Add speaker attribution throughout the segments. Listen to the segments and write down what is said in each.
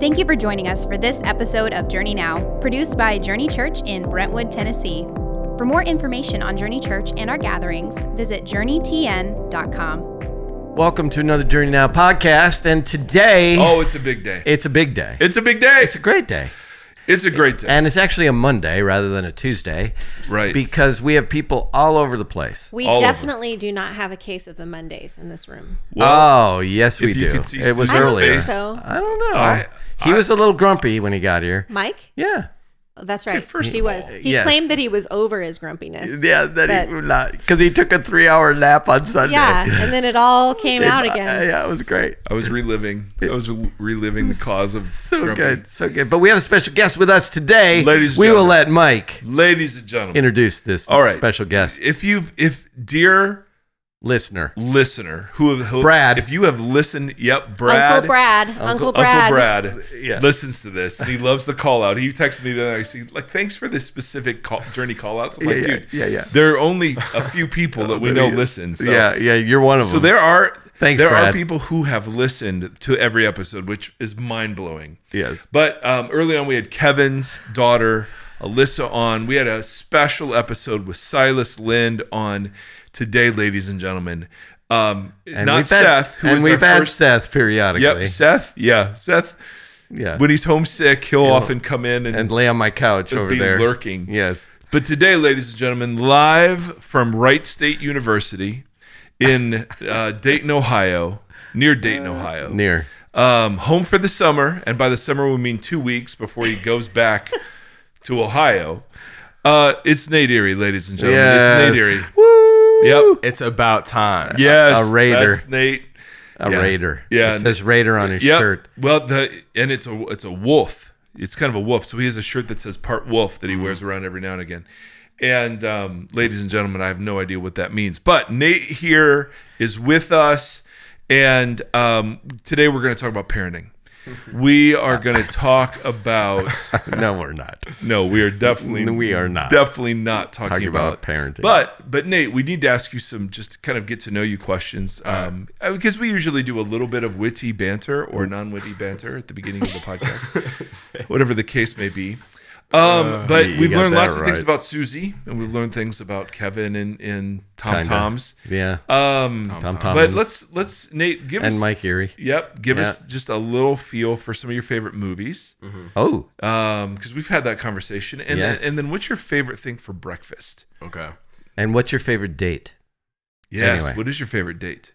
Speaker 1: Thank you for joining us for this episode of Journey Now, produced by Journey Church in Brentwood, Tennessee. For more information on Journey Church and our gatherings, visit journeytn.com.
Speaker 2: Welcome to another Journey Now podcast. And today,
Speaker 3: Oh, it's a big day.
Speaker 2: it's a big day.
Speaker 3: It's a big day.
Speaker 2: It's a great day.
Speaker 3: It's a great day.
Speaker 2: And it's actually a Monday rather than a Tuesday.
Speaker 3: Right.
Speaker 2: Because we have people all over the place.
Speaker 4: We
Speaker 3: All of them.
Speaker 4: definitely do not have a case of the Mondays in this room.
Speaker 2: oh, yes, we
Speaker 3: if you
Speaker 2: do.
Speaker 3: could see
Speaker 2: It was
Speaker 3: Steve's
Speaker 2: earlier.
Speaker 4: face. I don't think so.
Speaker 2: I don't know.
Speaker 3: I-
Speaker 2: he was a little grumpy when he got here.
Speaker 4: Mike,
Speaker 2: Yeah.
Speaker 4: that's right.
Speaker 3: first
Speaker 4: he
Speaker 3: of
Speaker 4: was.
Speaker 3: all,
Speaker 4: He
Speaker 2: yes.
Speaker 4: claimed that he was over his grumpiness.
Speaker 2: Yeah, that
Speaker 4: But-
Speaker 2: he would not because he took a three-hour nap on Sunday.
Speaker 4: yeah, and then it all came out
Speaker 2: Uh,
Speaker 4: again.
Speaker 2: yeah, it was great.
Speaker 3: I was reliving. I was reliving the cause of
Speaker 2: So
Speaker 3: grumpy.
Speaker 2: good, so good. But we have a special guest with us today.
Speaker 3: Ladies and
Speaker 2: we will
Speaker 3: gentlemen.
Speaker 2: let Mike
Speaker 3: Ladies and gentlemen,
Speaker 2: introduce this
Speaker 3: All right.
Speaker 2: special guest
Speaker 3: if you've if dear
Speaker 2: listener.
Speaker 3: listener who, who
Speaker 2: Brad.
Speaker 3: if you have listened, yep, Brad,
Speaker 4: Uncle Brad, Uncle, Brad,
Speaker 3: Uncle Brad
Speaker 2: Yeah.
Speaker 3: listens to this and he loves the call out. He texted me the other night. He's like, thanks for this specific call, journey call outs. I'm like,
Speaker 2: Yeah, yeah,
Speaker 3: dude,
Speaker 2: yeah, yeah.
Speaker 3: There are only a few people that we know
Speaker 2: Yeah.
Speaker 3: listen. So.
Speaker 2: Yeah, yeah, you're one of
Speaker 3: So
Speaker 2: them.
Speaker 3: there are
Speaker 2: Mm. Thanks,
Speaker 3: there
Speaker 2: Brad.
Speaker 3: are people who have listened to every episode, which is mind blowing.
Speaker 2: Yes.
Speaker 3: But um, early on, we had Kevin's daughter Alyssa on. We had a special episode with Silas Lind on today, ladies and gentlemen. Um,
Speaker 2: and
Speaker 3: not
Speaker 2: we've had-
Speaker 3: Seth, who
Speaker 2: and
Speaker 3: was
Speaker 2: we've
Speaker 3: our
Speaker 2: had
Speaker 3: first.
Speaker 2: Seth periodically.
Speaker 3: Yep, Seth. Yeah, Seth.
Speaker 2: Yeah,
Speaker 3: When he's homesick, he'll often come in and,
Speaker 2: and lay on my couch over
Speaker 3: be
Speaker 2: there.
Speaker 3: lurking.
Speaker 2: Yes.
Speaker 3: But today, ladies and gentlemen, live from Wright State University in uh, Dayton, Ohio, near
Speaker 2: Uh,
Speaker 3: Dayton, Ohio.
Speaker 2: Near.
Speaker 3: Um, home for the summer, and by the summer we mean two weeks before he goes back to Ohio. Uh, it's Nate Erie, ladies and gentlemen.
Speaker 2: Yes.
Speaker 3: It's Nate Erie.
Speaker 2: Woo!
Speaker 3: Yep.
Speaker 5: It's about time.
Speaker 3: Yes.
Speaker 2: A Raider.
Speaker 3: That's Nate.
Speaker 2: A
Speaker 3: Yeah.
Speaker 2: raider.
Speaker 3: Yeah.
Speaker 2: It says raider on his
Speaker 3: Yep.
Speaker 2: shirt.
Speaker 3: Well, the and it's a it's a wolf. It's kind of a wolf. So he has a shirt that says part wolf that he
Speaker 2: Mm-hmm.
Speaker 3: wears around every now and again. And um, ladies and gentlemen, I have no idea what that means. But Nate here is with us, and um, today we're going to talk about parenting. We are going to talk about.
Speaker 2: No, we're not.
Speaker 3: No, we are definitely
Speaker 2: We are not.
Speaker 3: definitely not talking,
Speaker 2: Talking about
Speaker 3: about,
Speaker 2: parenting.
Speaker 3: But but Nate, we need to ask you some just kind of get to know you questions um, uh, because we usually do a little bit of witty banter or non witty banter at the beginning of the podcast, whatever the case may be. Um, but
Speaker 2: Uh, you
Speaker 3: we've
Speaker 2: got
Speaker 3: learned
Speaker 2: that
Speaker 3: lots of things
Speaker 2: right.
Speaker 3: about Susie, and we've learned things about Kevin and and Tom
Speaker 2: Kinda.
Speaker 3: Toms.
Speaker 2: Yeah.
Speaker 3: Um,
Speaker 2: Tom
Speaker 3: but
Speaker 2: Thomas.
Speaker 3: let's let's Nate give
Speaker 2: and
Speaker 3: us
Speaker 2: Mike Erie.
Speaker 3: Yep, give us
Speaker 2: Yeah.
Speaker 3: just a little feel for some of your favorite movies
Speaker 2: Oh,
Speaker 3: um because we've had that conversation and
Speaker 2: Yes.
Speaker 3: then, and then what's your favorite thing for breakfast
Speaker 5: Okay.
Speaker 2: and what's your favorite date?
Speaker 3: yes
Speaker 2: Anyway.
Speaker 3: what is your favorite date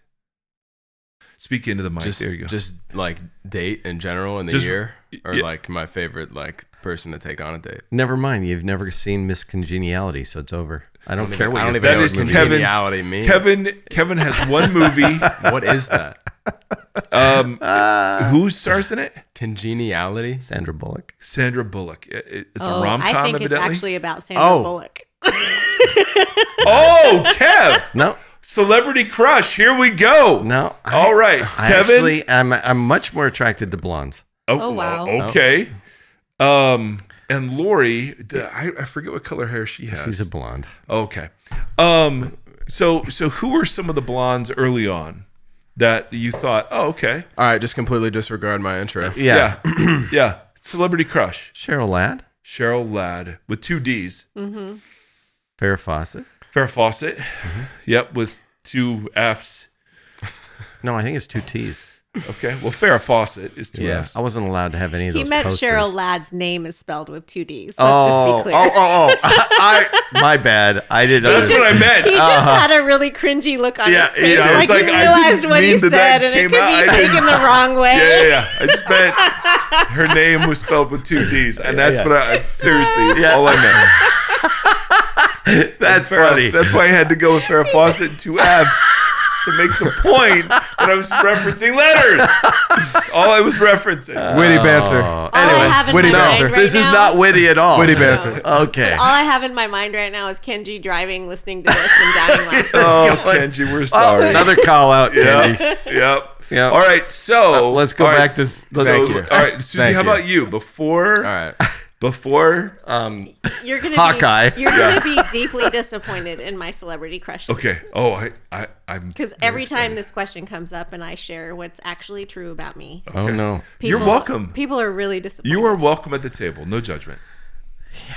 Speaker 3: speak into the mic
Speaker 5: just
Speaker 3: there you go
Speaker 5: just like date in general in the
Speaker 3: Just-
Speaker 5: year, or
Speaker 3: yeah.
Speaker 5: like my favorite like person to take on a date.
Speaker 2: Never mind. You've never seen Miss Congeniality, so it's over. I don't, care
Speaker 5: even-
Speaker 2: what
Speaker 5: I
Speaker 2: your
Speaker 5: don't
Speaker 3: that
Speaker 5: even know
Speaker 2: favorite
Speaker 5: what
Speaker 3: is
Speaker 2: movie
Speaker 3: Kevin's-
Speaker 5: congeniality means.
Speaker 3: kevin kevin has one movie
Speaker 5: what is that?
Speaker 3: um
Speaker 2: Ah.
Speaker 3: who stars in it
Speaker 5: Congeniality.
Speaker 2: Sandra Bullock.
Speaker 3: sandra bullock It- it- it's
Speaker 4: Oh,
Speaker 3: a rom-com
Speaker 4: I think
Speaker 3: evidently
Speaker 4: it's actually about Sandra
Speaker 2: Oh.
Speaker 4: Bullock.
Speaker 3: oh kev
Speaker 2: No,
Speaker 3: celebrity crush here we go
Speaker 2: no. I,
Speaker 3: all right
Speaker 2: I
Speaker 3: kevin
Speaker 2: actually, I'm, I'm much more attracted to blondes.
Speaker 4: Oh, wow.
Speaker 3: okay
Speaker 2: Oh.
Speaker 3: um and lori d- I, I forget what color hair she has
Speaker 2: She's a blonde.
Speaker 3: Okay. Um. So so who were some of the blondes early on that you thought? Oh, okay.
Speaker 5: All right, just completely disregard my intro.
Speaker 2: Yeah.
Speaker 3: Yeah. Yeah. Celebrity crush:
Speaker 2: Cheryl Ladd,
Speaker 3: Cheryl Ladd with two D's.
Speaker 2: Mm-hmm. Farrah Fawcett.
Speaker 3: Farrah Fawcett.
Speaker 2: Mm-hmm.
Speaker 3: Yep, with two F's.
Speaker 2: No, I think it's two T's.
Speaker 3: Okay. Well, Farrah Fawcett is two
Speaker 2: Yeah,
Speaker 3: F's.
Speaker 2: I wasn't allowed to have any of
Speaker 4: He
Speaker 2: those.
Speaker 4: meant
Speaker 2: posters.
Speaker 4: Cheryl Ladd's name is spelled with two D's. Let's
Speaker 2: Oh,
Speaker 4: just be clear.
Speaker 2: oh, oh, oh! I, my bad. I didn't.
Speaker 3: That's
Speaker 2: understand.
Speaker 3: what I meant.
Speaker 4: He just
Speaker 2: Uh-huh.
Speaker 4: had a really cringy look on
Speaker 2: Yeah,
Speaker 4: his face.
Speaker 2: yeah, I
Speaker 4: like,
Speaker 2: was
Speaker 4: he
Speaker 3: like, I
Speaker 4: realized
Speaker 3: didn't
Speaker 4: what he
Speaker 3: mean that that
Speaker 4: said, and it
Speaker 3: came
Speaker 4: could
Speaker 3: out. I
Speaker 4: be
Speaker 3: didn't-
Speaker 4: taken the wrong way.
Speaker 3: yeah, yeah, yeah. I just meant her name was spelled with two D's, and that's
Speaker 2: Yeah.
Speaker 3: what I seriously that's
Speaker 2: Yeah.
Speaker 3: all I meant.
Speaker 2: That's
Speaker 3: Farrah-
Speaker 2: funny.
Speaker 3: That's why I had to go with Farrah Fawcett and two F's to make the point that I was referencing letters. all I was referencing.
Speaker 5: Witty banter.
Speaker 2: Oh,
Speaker 4: All I have in
Speaker 5: witty
Speaker 4: my
Speaker 5: banter.
Speaker 4: mind right
Speaker 2: this
Speaker 4: now, Oh.
Speaker 2: is not witty at all.
Speaker 5: Witty banter.
Speaker 2: Okay.
Speaker 4: All I have in my mind right now is Kenji driving, listening to this, and dying laughing.
Speaker 3: Oh, Kenji, we're sorry.
Speaker 2: Oh, another call out, Kenny.
Speaker 3: yep. yep.
Speaker 2: Yep.
Speaker 3: All right. So
Speaker 2: Uh, Let's go
Speaker 3: all
Speaker 2: back to.
Speaker 3: right, So, uh,
Speaker 2: Thank you.
Speaker 3: all right, Susie.
Speaker 5: Thank
Speaker 3: how
Speaker 5: you.
Speaker 3: about you? Before
Speaker 5: All right.
Speaker 3: before um
Speaker 4: You're gonna
Speaker 2: Hawkeye.
Speaker 4: Be, you're gonna be deeply disappointed in my celebrity crush.
Speaker 3: Okay. Oh, I, I I'm
Speaker 4: Because
Speaker 3: very
Speaker 4: every
Speaker 3: excited.
Speaker 4: time this question comes up and I share what's actually true about me,
Speaker 2: Oh no.
Speaker 3: You're
Speaker 4: people-
Speaker 3: welcome.
Speaker 4: People are really disappointed.
Speaker 3: You are welcome at the table. No judgment. Yeah.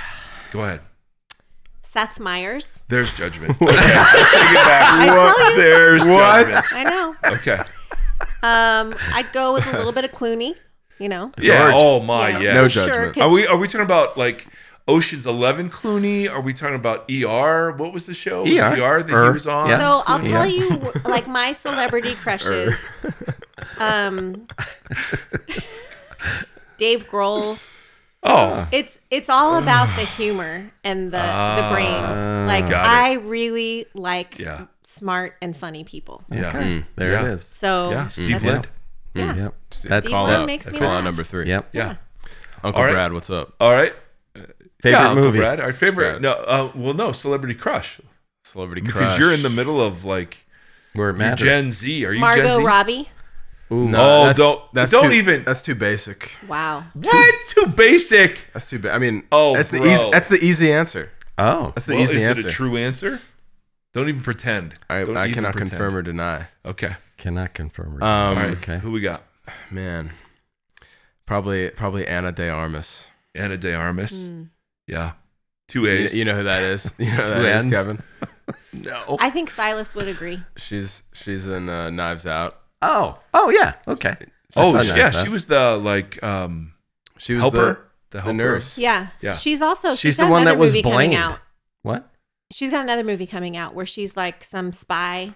Speaker 3: Go ahead.
Speaker 4: Seth Meyers.
Speaker 3: There's judgment. Okay. I Take it back.
Speaker 4: tell you.
Speaker 3: There's
Speaker 5: What?
Speaker 3: judgment.
Speaker 4: I know.
Speaker 3: Okay.
Speaker 4: Um, I'd go with a little bit of Clooney. You know.
Speaker 3: Yeah.
Speaker 5: George.
Speaker 3: Oh my.
Speaker 4: Yeah.
Speaker 3: Yes.
Speaker 5: No
Speaker 4: Sure,
Speaker 5: judgment.
Speaker 4: 'cause-
Speaker 3: Are we are we talking about like Ocean's Eleven Clooney? Are we talking about ER? What was the show? Was it
Speaker 2: ER?
Speaker 3: ER that he
Speaker 2: Er,
Speaker 3: was on?
Speaker 2: yeah.
Speaker 4: So I'll tell
Speaker 2: Yeah.
Speaker 4: you, wh- like my celebrity crushes. um, Dave Grohl.
Speaker 3: Oh,
Speaker 4: It's it's all about the humor and the the brains. Like
Speaker 3: Got it.
Speaker 4: I really like
Speaker 3: Yeah.
Speaker 4: smart and funny people.
Speaker 3: yeah.
Speaker 2: There
Speaker 3: Yeah.
Speaker 2: it is.
Speaker 4: So
Speaker 3: Yeah, Steve
Speaker 4: that's-
Speaker 3: Lind.
Speaker 4: Yeah.
Speaker 2: Yep. That's
Speaker 4: Steve
Speaker 5: Call
Speaker 4: Lind
Speaker 5: out.
Speaker 4: makes me
Speaker 5: Call
Speaker 4: laugh.
Speaker 5: out number three.
Speaker 2: Yep.
Speaker 3: Yeah.
Speaker 5: Uncle
Speaker 3: All right.
Speaker 5: Brad, what's up?
Speaker 3: All right.
Speaker 2: Favorite
Speaker 3: Uncle
Speaker 2: movie.
Speaker 3: Brad, our favorite.
Speaker 5: Scratch.
Speaker 3: No, uh, well, no, Celebrity Crush.
Speaker 5: Celebrity crush.
Speaker 3: Because you're in the middle of like
Speaker 2: Where it
Speaker 3: you're
Speaker 2: matters.
Speaker 3: Gen Z. Are you Gen
Speaker 4: Margot
Speaker 3: Z?
Speaker 4: Robbie.
Speaker 2: Ooh.
Speaker 3: No. Oh, don't- don't
Speaker 5: too,
Speaker 3: even-
Speaker 5: That's too basic.
Speaker 4: Wow.
Speaker 3: What? Too basic.
Speaker 5: That's too bad. I mean,
Speaker 3: Oh,
Speaker 5: that's the
Speaker 3: bro.
Speaker 5: easy. That's the easy answer.
Speaker 2: Oh.
Speaker 5: That's the
Speaker 3: Well,
Speaker 5: easy
Speaker 3: is
Speaker 5: answer.
Speaker 3: it a true answer? Don't even pretend.
Speaker 5: I,
Speaker 3: Don't
Speaker 5: I
Speaker 3: even
Speaker 5: cannot
Speaker 3: pretend.
Speaker 5: confirm or deny.
Speaker 3: Okay.
Speaker 2: Cannot confirm. Or
Speaker 5: Um,
Speaker 3: All right.
Speaker 2: Okay.
Speaker 3: Who we got?
Speaker 5: Man, probably probably Anna De Armas.
Speaker 3: Anna De Armas.
Speaker 4: Mm.
Speaker 3: Yeah. Two
Speaker 5: You,
Speaker 3: A's.
Speaker 5: you know who that is. You know who
Speaker 2: Two
Speaker 5: that is,
Speaker 2: N's.
Speaker 5: Kevin.
Speaker 2: no.
Speaker 4: I think Silas would agree.
Speaker 5: She's she's in uh, Knives Out.
Speaker 2: Oh. Oh yeah. Okay.
Speaker 3: oh,
Speaker 2: That's
Speaker 3: she-
Speaker 2: not
Speaker 3: yeah.
Speaker 2: bad.
Speaker 3: She was the like um,
Speaker 5: She was
Speaker 3: helper.
Speaker 5: the, the
Speaker 3: helper.
Speaker 5: nurse.
Speaker 4: Yeah.
Speaker 3: Yeah.
Speaker 4: She's also
Speaker 2: She's
Speaker 4: got
Speaker 2: the one
Speaker 4: another
Speaker 2: that was
Speaker 4: movie coming
Speaker 2: blamed.
Speaker 4: out.
Speaker 2: What?
Speaker 4: She's got another movie coming out where she's like some spy.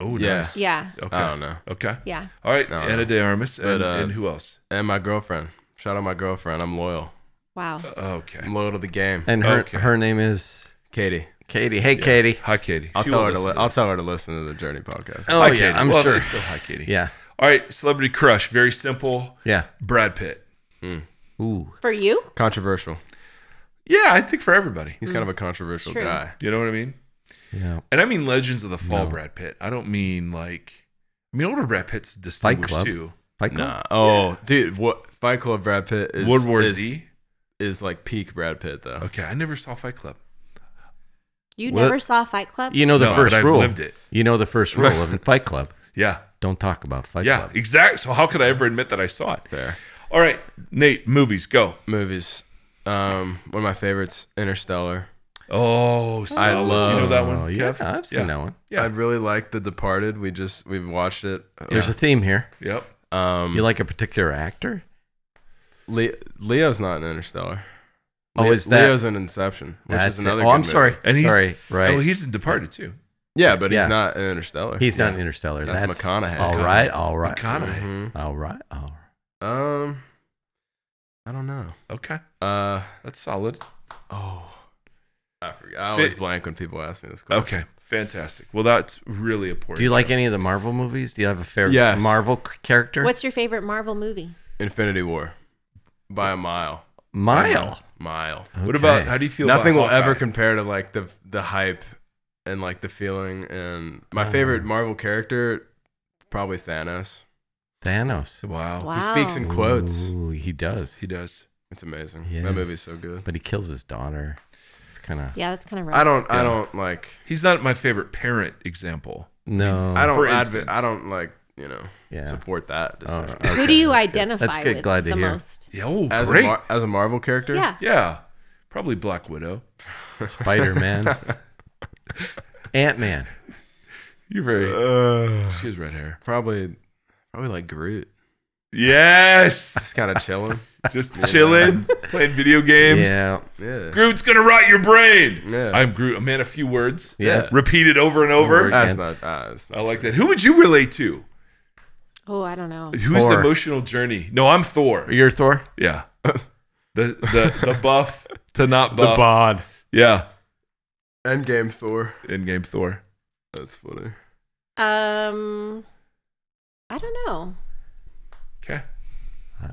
Speaker 3: Oh,
Speaker 5: Yeah.
Speaker 3: nice.
Speaker 4: Yeah.
Speaker 3: Okay.
Speaker 5: I don't know.
Speaker 3: Okay.
Speaker 4: Yeah.
Speaker 3: All right.
Speaker 5: No,
Speaker 3: Anna
Speaker 5: no.
Speaker 3: De Armas. And,
Speaker 5: But, uh,
Speaker 3: and who else?
Speaker 5: And my girlfriend. Shout out my girlfriend. I'm loyal.
Speaker 4: Wow.
Speaker 3: Okay.
Speaker 5: I'm loyal to the game.
Speaker 2: And her
Speaker 3: Okay.
Speaker 2: her name is
Speaker 5: Katie.
Speaker 2: Katie. Hey, Katie.
Speaker 3: Hi, Katie.
Speaker 5: I'll
Speaker 3: She
Speaker 5: tell
Speaker 3: will
Speaker 5: her to
Speaker 3: listen
Speaker 5: li-
Speaker 3: this.
Speaker 5: I'll tell her to listen to the Journey podcast.
Speaker 2: Oh
Speaker 3: Hi,
Speaker 2: yeah.
Speaker 3: Katie.
Speaker 2: I'm
Speaker 3: Well,
Speaker 2: sure.
Speaker 3: So hi, Katie.
Speaker 2: Yeah.
Speaker 3: All right. Celebrity crush. Very simple.
Speaker 2: Yeah.
Speaker 3: Brad Pitt.
Speaker 2: Ooh.
Speaker 4: For you?
Speaker 5: Controversial.
Speaker 3: Yeah, I think for everybody.
Speaker 5: He's kind of a controversial
Speaker 4: Mm. It's true.
Speaker 5: guy.
Speaker 3: You know what I mean?
Speaker 2: Yeah.
Speaker 3: And I mean Legends of the Fall, Brad Pitt. I don't mean like. I mean older Brad Pitt's distinguished
Speaker 2: Club?
Speaker 3: too.
Speaker 2: Fight Club?
Speaker 5: Nah. Oh, dude, what Fight Club Brad Pitt is
Speaker 3: World War
Speaker 5: is,
Speaker 3: Z.
Speaker 5: is like peak Brad Pitt though.
Speaker 3: Okay, I never saw Fight Club.
Speaker 4: You
Speaker 2: Well,
Speaker 4: never saw Fight Club?
Speaker 2: You know the
Speaker 3: No,
Speaker 2: first
Speaker 3: but I've
Speaker 2: rule.
Speaker 3: lived it.
Speaker 2: You know the first rule of Fight Club.
Speaker 3: Yeah,
Speaker 2: Don't talk about Fight
Speaker 3: yeah,
Speaker 2: Club.
Speaker 3: exactly. So how could I ever admit that I saw it?
Speaker 5: Fair.
Speaker 3: All right, Nate, movies go.
Speaker 5: Movies. Um, one of my favorites, Interstellar.
Speaker 3: Oh, solid. Do you know
Speaker 5: love-
Speaker 3: that one?
Speaker 2: Oh, yeah,
Speaker 3: Kev?
Speaker 2: I've seen
Speaker 3: Yeah.
Speaker 2: that one.
Speaker 3: Yeah.
Speaker 5: I really like The Departed. We just we've watched it.
Speaker 2: There's a theme here.
Speaker 3: Yep.
Speaker 5: Um,
Speaker 3: Mm.
Speaker 2: You like a particular actor?
Speaker 5: Le- Leo's not in Interstellar.
Speaker 2: Oh,
Speaker 5: Le-
Speaker 2: is that-
Speaker 5: Leo's in Inception, which
Speaker 2: That's
Speaker 5: is
Speaker 2: it.
Speaker 5: another.
Speaker 2: Oh, I'm
Speaker 5: good
Speaker 2: sorry.
Speaker 5: movie.
Speaker 3: And he's
Speaker 2: sorry. Right.
Speaker 3: Oh, he's in Departed too.
Speaker 5: Yeah, but
Speaker 2: Yeah.
Speaker 5: he's not in Interstellar.
Speaker 2: he's not
Speaker 5: Yeah.
Speaker 2: in Interstellar.
Speaker 5: That's McConaughey.
Speaker 2: All right. All right.
Speaker 3: McConaughey.
Speaker 5: Mhm.
Speaker 2: All right. All right.
Speaker 5: Um, I don't know.
Speaker 3: Okay,
Speaker 5: Uh
Speaker 3: that's solid.
Speaker 5: oh, I forget. I always
Speaker 3: Fit-
Speaker 5: blank when people ask me this question.
Speaker 3: Okay, fantastic. Well, that's really important.
Speaker 2: Do you like any of the Marvel movies? Do you have a favorite
Speaker 5: Yes.
Speaker 2: Marvel c- character?
Speaker 4: What's your favorite Marvel movie?
Speaker 5: Infinity War, by a mile.
Speaker 2: Mile?
Speaker 5: Mile.
Speaker 3: What about
Speaker 2: Okay.
Speaker 3: how do you feel?
Speaker 5: Nothing will
Speaker 3: about
Speaker 5: ever
Speaker 3: Hawkeye?
Speaker 5: compare to like the the hype and like the feeling. And my
Speaker 2: Oh.
Speaker 5: favorite Marvel character, probably Thanos.
Speaker 2: Thanos?
Speaker 3: Wow.
Speaker 4: Wow.
Speaker 5: He speaks in quotes.
Speaker 2: Ooh, he does.
Speaker 3: He does.
Speaker 5: It's amazing.
Speaker 2: Yes.
Speaker 5: That movie's so good.
Speaker 2: But he kills his daughter. It's kind of
Speaker 4: Yeah, that's kind of rough.
Speaker 5: I don't.
Speaker 3: Yeah.
Speaker 5: I don't like.
Speaker 3: He's not my favorite parent example.
Speaker 2: no.
Speaker 5: I don't.
Speaker 3: For
Speaker 5: Adv-
Speaker 3: instance.
Speaker 5: I don't like. You know.
Speaker 2: Yeah.
Speaker 5: Support that.
Speaker 2: Oh,
Speaker 5: decision.
Speaker 2: okay.
Speaker 4: Who do you
Speaker 2: That's good.
Speaker 4: identify
Speaker 2: That's good.
Speaker 4: with
Speaker 2: Glad to
Speaker 4: the
Speaker 2: hear.
Speaker 4: most?
Speaker 3: Yeah. Oh,
Speaker 5: As a
Speaker 3: great.
Speaker 5: Mar- as a Marvel character.
Speaker 4: Yeah.
Speaker 3: yeah. Probably Black Widow.
Speaker 2: Spider Man. Ant Man.
Speaker 3: You're very.
Speaker 5: Uh,
Speaker 3: she has red hair.
Speaker 5: probably. Probably like Groot.
Speaker 3: Yes.
Speaker 5: Just kind of chilling.
Speaker 3: Just chilling, playing video games.
Speaker 2: Yeah.
Speaker 5: Yeah.
Speaker 3: Groot's gonna rot your brain.
Speaker 5: Yeah.
Speaker 3: I'm Groot. A man, a few words.
Speaker 2: Yes.
Speaker 3: Repeat it over and over.
Speaker 2: Over.
Speaker 5: That's
Speaker 2: Yeah.
Speaker 5: not. Uh, it's not.
Speaker 3: I like that. Who would you relate to?
Speaker 4: Oh, I don't know.
Speaker 3: Who's the
Speaker 2: Thor.
Speaker 3: emotional journey? No, I'm Thor.
Speaker 2: You're Thor?
Speaker 3: Yeah. the the the buff to not buff.
Speaker 5: bod.
Speaker 3: Yeah.
Speaker 5: Endgame Thor.
Speaker 3: In game Thor.
Speaker 5: That's funny.
Speaker 4: Um, I don't know.
Speaker 3: Okay.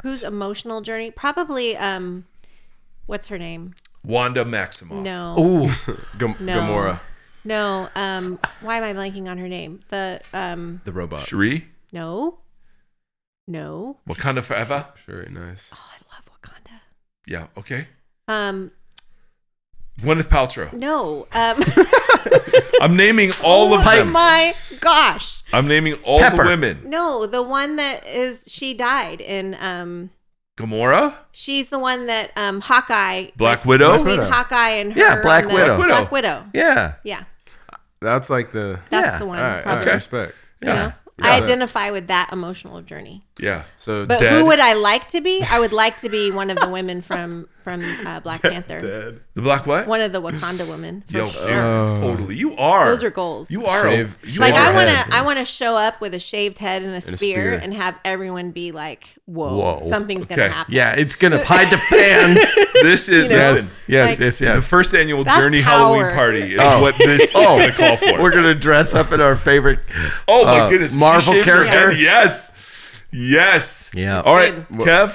Speaker 4: Whose emotional journey? Probably. Um, what's her name?
Speaker 3: Wanda
Speaker 2: Oh.
Speaker 3: Maximoff.
Speaker 4: No.
Speaker 2: Ooh.
Speaker 5: Gam-
Speaker 4: No.
Speaker 5: Gamora.
Speaker 4: No. Um, why am I blanking on her name? The um,
Speaker 5: The robot.
Speaker 3: Shuri.
Speaker 4: no, no.
Speaker 3: Wakanda forever.
Speaker 5: Sure. Nice.
Speaker 4: Oh, I love Wakanda.
Speaker 3: Yeah. Okay.
Speaker 4: Um,
Speaker 3: Gwyneth Paltrow.
Speaker 4: no. Um,
Speaker 3: I'm naming all of
Speaker 4: oh
Speaker 3: them.
Speaker 4: my gosh.
Speaker 3: I'm naming all
Speaker 2: Pepper.
Speaker 3: the women.
Speaker 4: No, the one that is she died in. Um,
Speaker 3: Gamora,
Speaker 4: she's the one that um Hawkeye.
Speaker 3: Black Widow.
Speaker 4: Between
Speaker 5: Widow.
Speaker 4: Hawkeye and her.
Speaker 2: Yeah, Black
Speaker 4: on the-
Speaker 2: Widow.
Speaker 4: Black Widow.
Speaker 2: Yeah.
Speaker 4: Yeah,
Speaker 5: That's like the.
Speaker 4: that's
Speaker 2: Yeah.
Speaker 4: the one.
Speaker 5: all right, all
Speaker 4: probably.
Speaker 5: right,
Speaker 3: Okay.
Speaker 5: respect.
Speaker 4: You know?
Speaker 3: Yeah.
Speaker 4: I
Speaker 5: Yeah.
Speaker 4: identify with that emotional journey.
Speaker 3: Yeah.
Speaker 5: So
Speaker 4: But
Speaker 3: Dead.
Speaker 4: who would I like to be? I would like to be one of the women from from uh, Black Panther.
Speaker 5: dead.
Speaker 3: The Black what?
Speaker 4: One of the Wakanda women. For
Speaker 3: Yo,
Speaker 4: sure.
Speaker 3: dude,
Speaker 2: Oh.
Speaker 3: totally. You are.
Speaker 4: Those are goals.
Speaker 3: You are. a-
Speaker 5: Shave-
Speaker 3: you
Speaker 4: like
Speaker 3: are
Speaker 4: I want
Speaker 3: head.
Speaker 4: to I want to show up with a shaved head and a, spear,
Speaker 5: spear.
Speaker 4: and have everyone be like, "Whoa,
Speaker 2: Whoa.
Speaker 4: something's going
Speaker 3: Okay.
Speaker 4: to happen."
Speaker 2: Yeah, it's gonna hide the fans.
Speaker 3: This is
Speaker 4: know,
Speaker 3: listen,
Speaker 2: yes, yes,
Speaker 4: like-
Speaker 2: yes,
Speaker 3: the
Speaker 2: yes.
Speaker 3: first annual
Speaker 4: That's
Speaker 3: Journey
Speaker 4: power.
Speaker 3: Halloween party is
Speaker 2: Oh.
Speaker 3: what this is going to call for.
Speaker 2: We're gonna dress up in our favorite.
Speaker 3: oh my
Speaker 2: uh,
Speaker 3: goodness, She
Speaker 2: Marvel
Speaker 3: shaved her
Speaker 2: character.
Speaker 3: head. Yes, yes.
Speaker 2: Yeah.
Speaker 3: All right,
Speaker 4: Good.
Speaker 3: Kev,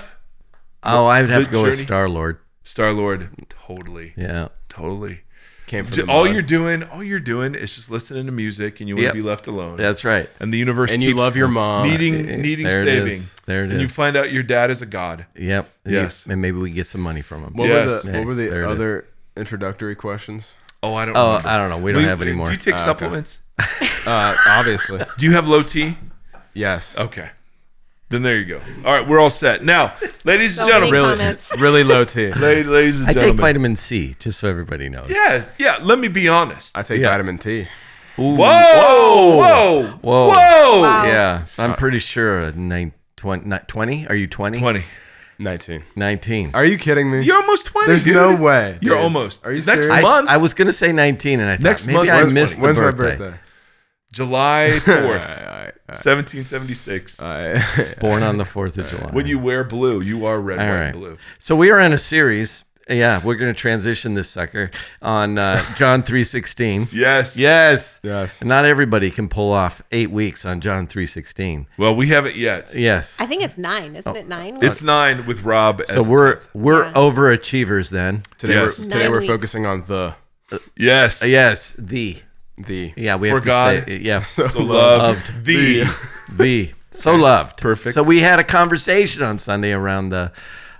Speaker 2: Oh, I'd have
Speaker 3: The
Speaker 2: to go with
Speaker 3: journey.
Speaker 2: Star Lord.
Speaker 3: Star Lord, totally,
Speaker 2: Yeah.
Speaker 3: totally.
Speaker 5: Came from
Speaker 3: J-
Speaker 5: the
Speaker 3: All
Speaker 5: mud.
Speaker 3: you're doing, all you're doing is just listening to music, and you want
Speaker 2: Yep.
Speaker 3: to be left alone.
Speaker 2: That's right.
Speaker 3: and the universe
Speaker 5: And you
Speaker 3: keeps
Speaker 5: love your mom.
Speaker 3: needing
Speaker 2: Eh,
Speaker 3: needing
Speaker 2: there it
Speaker 3: saving.
Speaker 2: is. There it
Speaker 3: And you
Speaker 2: is.
Speaker 3: find out your dad is a god.
Speaker 2: Yep.
Speaker 3: Yes.
Speaker 2: And maybe we get some money from him.
Speaker 5: What
Speaker 3: Yes.
Speaker 5: were the,
Speaker 2: Hey,
Speaker 5: what were
Speaker 2: there
Speaker 5: the
Speaker 2: it is.
Speaker 5: other introductory questions?
Speaker 3: Oh, I don't.
Speaker 2: Oh,
Speaker 3: remember.
Speaker 2: I don't know. We don't have any more. Ah,
Speaker 3: Do you take
Speaker 5: okay.
Speaker 3: supplements?
Speaker 5: Uh, obviously,
Speaker 3: Do you have low T?
Speaker 5: yes.
Speaker 3: Okay. Then there you go. All right, we're all set. Now, ladies and
Speaker 4: So
Speaker 3: gentlemen,
Speaker 4: many
Speaker 5: Really,
Speaker 4: Comments.
Speaker 5: really low T.
Speaker 3: la- ladies and
Speaker 2: I take
Speaker 3: gentlemen.
Speaker 2: vitamin C, just so everybody knows.
Speaker 3: yeah, yeah. Let me be honest.
Speaker 5: I take
Speaker 2: Yeah.
Speaker 5: vitamin T.
Speaker 3: Whoa, whoa, whoa,
Speaker 2: Whoa.
Speaker 3: whoa.
Speaker 4: Wow.
Speaker 2: Yeah, I'm pretty sure nine, 20, not 20. Are you 20?
Speaker 3: Twenty.
Speaker 5: Nineteen.
Speaker 2: 19.
Speaker 5: Are you kidding me?
Speaker 3: You're almost twenty.
Speaker 5: There's
Speaker 3: dude.
Speaker 5: no way.
Speaker 3: You're
Speaker 5: dude.
Speaker 3: almost.
Speaker 5: Are you
Speaker 3: Next
Speaker 5: serious?
Speaker 2: I,
Speaker 3: month.
Speaker 2: I was going to say 19, and I thought
Speaker 3: Next
Speaker 2: maybe
Speaker 3: month-
Speaker 2: I
Speaker 3: when's-
Speaker 2: missed the
Speaker 5: When's my
Speaker 2: birthday.
Speaker 5: birthday?
Speaker 3: July fourth,
Speaker 5: All right, all right,
Speaker 3: seventeen seventy six.
Speaker 5: all right.
Speaker 2: Born on the 4th of July.
Speaker 3: When you wear blue, you are red,
Speaker 2: All
Speaker 3: white,
Speaker 2: right.
Speaker 3: blue.
Speaker 2: So we are in a series. Yeah, we're going to transition this sucker on uh, John 3.16.
Speaker 3: Yes.
Speaker 2: Yes.
Speaker 5: yes.
Speaker 2: Not everybody can pull off eight weeks on John 3.16.
Speaker 3: Well, we haven't yet.
Speaker 2: Yes.
Speaker 4: I think it's 9, isn't it? 9?
Speaker 3: It's nine with Rob.
Speaker 2: So
Speaker 3: as-
Speaker 2: we're we're
Speaker 4: Yeah.
Speaker 2: overachievers then.
Speaker 5: Today
Speaker 3: Yes.
Speaker 5: we're
Speaker 4: Nine
Speaker 5: today we're
Speaker 4: weeks.
Speaker 5: focusing on the
Speaker 3: yes.
Speaker 2: Uh, yes, the.
Speaker 5: the
Speaker 2: Yeah, we have
Speaker 3: For
Speaker 2: to
Speaker 3: God.
Speaker 2: say yeah.
Speaker 3: So loved,
Speaker 2: Loved.
Speaker 3: the
Speaker 2: the so loved
Speaker 3: Perfect.
Speaker 2: so we had a conversation on sunday around the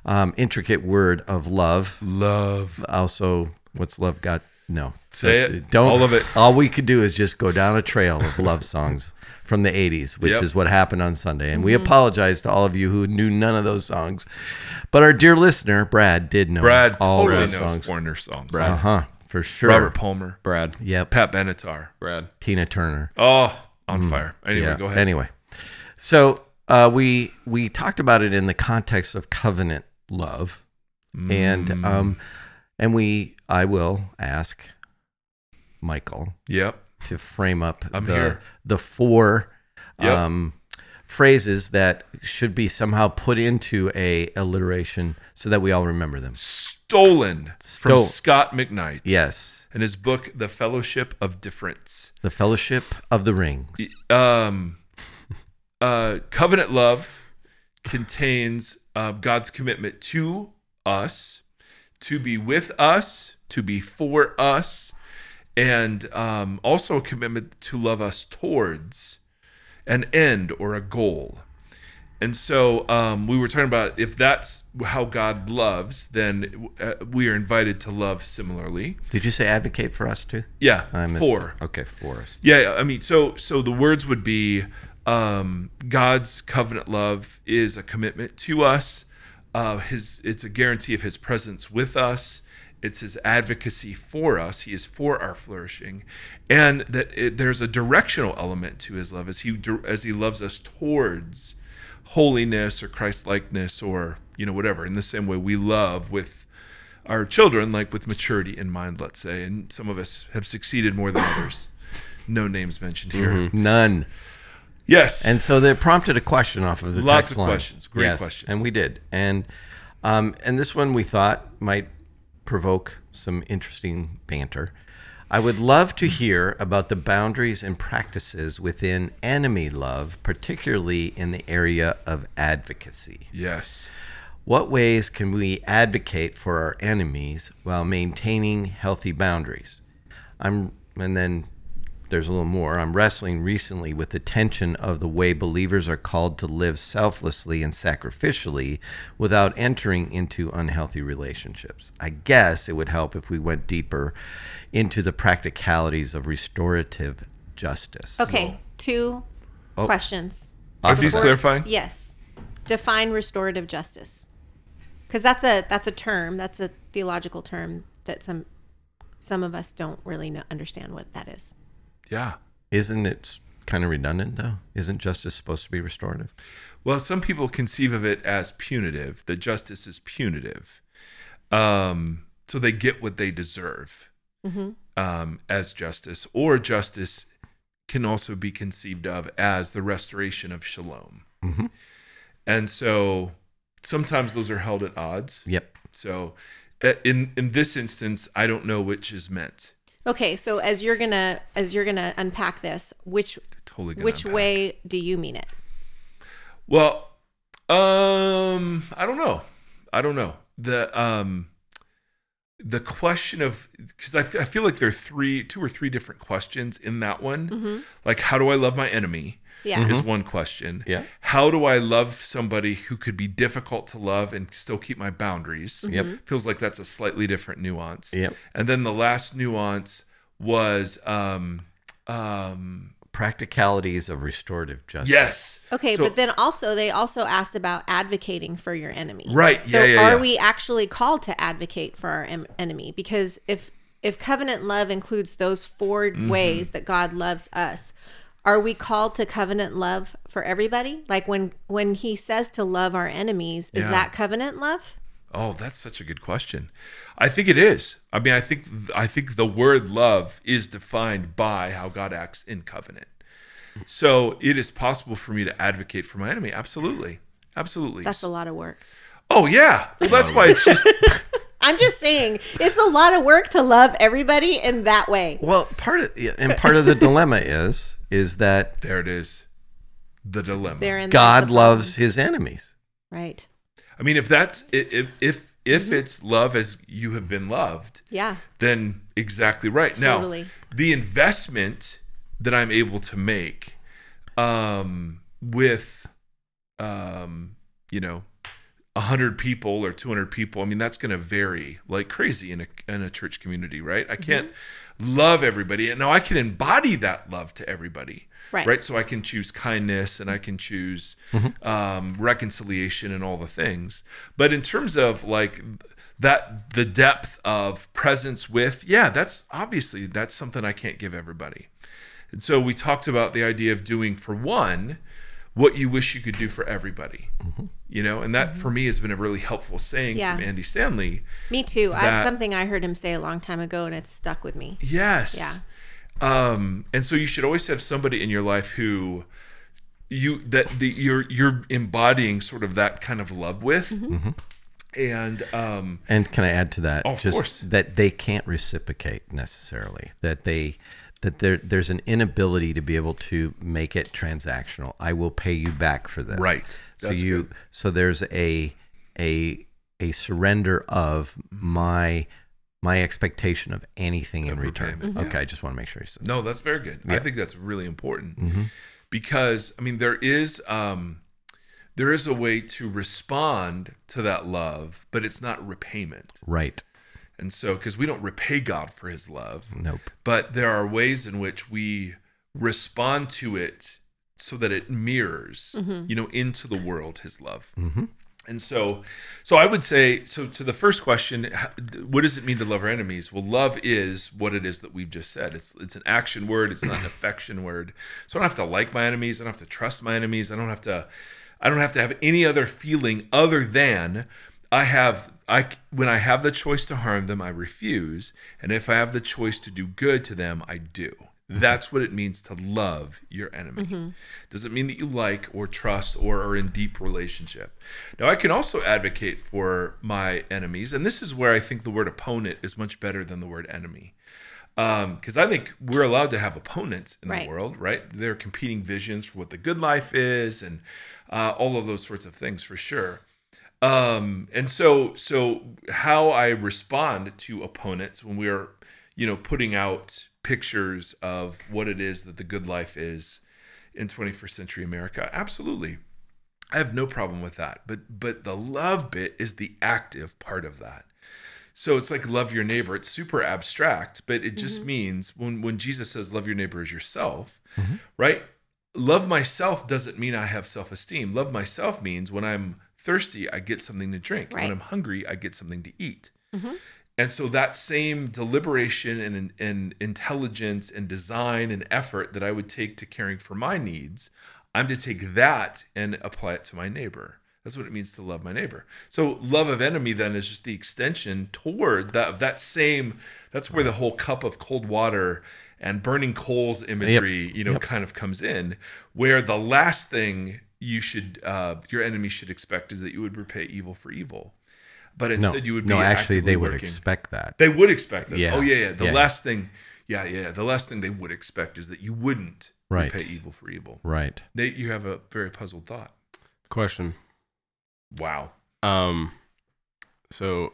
Speaker 2: um, intricate word of love
Speaker 3: Mm-hmm. love.
Speaker 2: also what's love got no
Speaker 3: Say
Speaker 2: That's-
Speaker 3: it. All of it.
Speaker 2: all we could do is just go down a trail of love songs from the 80s which
Speaker 3: Yep. Mm-hmm.
Speaker 2: is what happened on sunday and we apologize to all of you who knew none of those songs but our dear listener brad did know
Speaker 3: Brad
Speaker 2: all
Speaker 3: totally knows
Speaker 2: those songs
Speaker 3: foreigner songs.
Speaker 2: uh-huh for sure
Speaker 3: Robert Palmer,
Speaker 5: Brad.
Speaker 2: yep
Speaker 3: Pat Benatar.
Speaker 5: Brad.
Speaker 2: tina turner
Speaker 3: Oh, on fire. Anyway,
Speaker 2: yeah.
Speaker 3: go ahead.
Speaker 2: Anyway, so uh, we we talked about it in the context of covenant love,
Speaker 3: Mm.
Speaker 2: and um, and we I will ask Michael
Speaker 3: yep.
Speaker 2: to frame up
Speaker 3: I'm
Speaker 2: the
Speaker 3: here.
Speaker 2: the four
Speaker 3: Yep.
Speaker 2: um, phrases that should be somehow put into a alliteration so that we all remember them.
Speaker 3: Stolen
Speaker 2: Stole-
Speaker 3: from Scott McKnight
Speaker 2: Yes,
Speaker 3: in his book The Fellowship of Difference.
Speaker 2: the Fellowship of the Rings.
Speaker 3: Um uh covenant love contains uh, God's commitment to us, to be with us, to be for us, and um, also a commitment to love us towards an end or a goal. And so um, we were talking about if that's how God loves, then uh, we are invited to love similarly.
Speaker 2: Did you say advocate for us too?
Speaker 3: Yeah,
Speaker 2: I missed it.
Speaker 3: for
Speaker 2: Okay, for us.
Speaker 3: yeah, I mean, so so the words would be um, God's covenant love is a commitment to us. Uh, his it's a guarantee of His presence with us. It's His advocacy for us. He is for our flourishing, and that it, there's a directional element to His love as He dir- as He loves us towards holiness or Christ likeness or you know whatever. In the same way, we love with our children, like with maturity in mind, let's say, and some of us have succeeded more than others. No names mentioned here.
Speaker 2: None.
Speaker 3: Yes.
Speaker 2: Mm-hmm. And so that prompted a question off of the
Speaker 3: Lots
Speaker 2: text
Speaker 3: of
Speaker 2: line.
Speaker 3: questions. Great questions.
Speaker 2: and we did, and um, and this one we thought might provoke some interesting banter. I would love to hear about the boundaries and practices within enemy love, particularly in the area of advocacy.
Speaker 3: yes.
Speaker 2: What ways can we advocate for our enemies while maintaining healthy boundaries? I'm and then There's a little more. I'm wrestling recently with the tension of the way believers are called to live selflessly and sacrificially without entering into unhealthy relationships. I guess it would help if we went deeper into the practicalities of restorative justice.
Speaker 4: Okay, two
Speaker 2: Oh.
Speaker 4: questions.
Speaker 3: Are these
Speaker 4: Before-
Speaker 3: clarifying?
Speaker 4: Yes. Define restorative justice. Cuz that's a that's a term, that's a theological term that some some of us don't really know, understand what that is.
Speaker 3: Yeah.
Speaker 2: Isn't it kind of redundant though? Isn't justice supposed to be restorative?
Speaker 3: Well, some people conceive of it as punitive, that justice is punitive. Um, so they get what they deserve um, as justice, or justice can also be conceived of as the restoration of shalom.
Speaker 2: Mhm.
Speaker 3: And so sometimes those are held at odds.
Speaker 2: Yep.
Speaker 3: So uh, in, in this instance, I don't know which is meant.
Speaker 4: Okay, so as you're going to as you're going to unpack this, which
Speaker 3: Totally. gonna
Speaker 4: which
Speaker 3: unpack.
Speaker 4: way do you mean it?
Speaker 3: Well, um, I don't know. I don't know the um, the question of because I, f- I feel like there are three, two or three different questions in that one. Like, how do I love my enemy?
Speaker 4: Mm-hmm. Yeah.
Speaker 3: Is one question.
Speaker 2: Mm-hmm. Yeah.
Speaker 3: How do I love somebody who could be difficult to love and still keep my boundaries?
Speaker 4: Mm-hmm.
Speaker 2: Yep. Mhm.
Speaker 3: Feels like that's a slightly different nuance.
Speaker 2: Yep.
Speaker 3: And then the last nuance was um, um,
Speaker 2: Practicalities of restorative justice.
Speaker 3: yes.
Speaker 4: Okay,
Speaker 3: So-
Speaker 4: but then also they also asked about advocating for your enemy.
Speaker 3: Right,
Speaker 4: So
Speaker 3: yeah, yeah,
Speaker 4: are
Speaker 3: yeah.
Speaker 4: we actually called to advocate for our em- enemy? Because if if covenant love includes those 4
Speaker 3: Mm-hmm.
Speaker 4: ways that God loves us, are we called to covenant love for everybody? Like when when he says to love our enemies, is
Speaker 3: Yeah.
Speaker 4: that covenant love?
Speaker 3: Oh, that's such a good question. I think it is. I mean, I think I think the word love is defined by how God acts in covenant. So it is possible for me to advocate for my enemy. Absolutely, absolutely.
Speaker 4: That's a lot of work.
Speaker 3: oh yeah. Well, that's why it's just
Speaker 4: I'm just saying, it's a lot of work to love everybody in that way.
Speaker 2: Well, part of yeah, and part of the dilemma is is that
Speaker 3: there. It is the dilemma.
Speaker 4: Therein lies the
Speaker 2: God
Speaker 4: problem.
Speaker 2: loves his enemies.
Speaker 4: Right.
Speaker 3: I mean, if that's i- if if if
Speaker 4: Mm-hmm.
Speaker 3: it's love as you have been loved,
Speaker 4: Yeah.
Speaker 3: then exactly right.
Speaker 4: Totally.
Speaker 3: Now, the investment that I'm able to make um, with, um, you know, 100 people or 200 people, I mean, that's going to vary like crazy in a, in a church community, right? I can't love everybody. And now I can embody that love to everybody.
Speaker 4: Right.
Speaker 3: So I can choose kindness and I can choose um, reconciliation and all the things. But in terms of like that, the depth of presence with, yeah, that's obviously that's something I can't give everybody. And so we talked about the idea of doing for one what you wish you could do for everybody. You know, and that for me has been a really helpful saying
Speaker 4: Mm-hmm. Yeah.
Speaker 3: from Andy Stanley.
Speaker 4: Me too.
Speaker 3: that-
Speaker 4: That's something I heard him say a long time ago, and it's stuck with me.
Speaker 3: Yes.
Speaker 4: Yeah.
Speaker 3: Um, and so you should always have somebody in your life who you that the you're you're embodying sort of that kind of love with.
Speaker 4: Mm-hmm.
Speaker 3: And um
Speaker 2: And can I add to that?
Speaker 3: Oh, of course.
Speaker 2: That they can't reciprocate necessarily. That they that there there's an inability to be able to make it transactional. I will pay you back for this.
Speaker 3: Right.
Speaker 2: So
Speaker 3: That's
Speaker 2: you
Speaker 3: good.
Speaker 2: so there's a a a surrender of my my expectation of anything in
Speaker 3: Of
Speaker 2: return.
Speaker 3: repayment,
Speaker 2: Okay, I just want to make sure you said
Speaker 3: No, that's very good. I
Speaker 2: Yeah.
Speaker 3: think that's really important because I mean there is um, there is a way to respond to that love, but it's not repayment.
Speaker 2: Right.
Speaker 3: And so because we don't repay God for His love,
Speaker 2: Nope.
Speaker 3: but there are ways in which we respond to it so that it mirrors you know into the world his love and so so i would say so to the first question h- what does it mean to love our enemies well love is what it is that we've just said it's it's an action word it's not an affection word so i don't have to like my enemies i don't have to trust my enemies i don't have to i don't have to have any other feeling other than i have I c- when I have the choice to harm them, I refuse, and if I have the choice to do good to them, I do. That's what it means to love your enemy. Doesn't mean that you like or trust or are in deep relationship. Now, I can also advocate for my enemies, and this is where I think the word opponent is much better than the word enemy because I think we're allowed to have opponents in
Speaker 4: Right.
Speaker 3: the world, right? They're competing visions for what the good life is, and uh, all of those sorts of things for sure. Um, and so, so how I respond to opponents when we are, you know, putting out pictures of what it is that the good life is in 21st century America. Absolutely. I have no problem with that. But but the love bit is the active part of that. So it's like love your neighbor. It's super abstract, but it just means when when Jesus says love your neighbor as yourself, right? Love myself doesn't mean I have self-esteem. Love myself means when I'm thirsty, I get something to drink.
Speaker 4: Right.
Speaker 3: When I'm hungry, I get something to eat. And so that same deliberation and, and intelligence and design and effort that I would take to caring for my needs, I'm to take that and apply it to my neighbor. That's what it means to love my neighbor. So love of enemy then is just the extension toward that that same. That's where the whole cup of cold water and burning coals imagery, you know, kind of comes in, where the last thing you should uh, your enemy should expect is that you would repay evil for evil, but
Speaker 2: No,
Speaker 3: instead you would be
Speaker 2: no. Actually,
Speaker 3: actively
Speaker 2: they would
Speaker 3: working.
Speaker 2: expect that.
Speaker 3: They would expect that.
Speaker 2: Yeah.
Speaker 3: Oh yeah, yeah. The
Speaker 2: Yeah.
Speaker 3: last thing, yeah, yeah. The last thing they would expect is that you wouldn't
Speaker 2: Right.
Speaker 3: repay evil for evil.
Speaker 2: Right.
Speaker 3: Nate, you have a very puzzled thought.
Speaker 5: Question.
Speaker 3: Wow.
Speaker 5: Um, so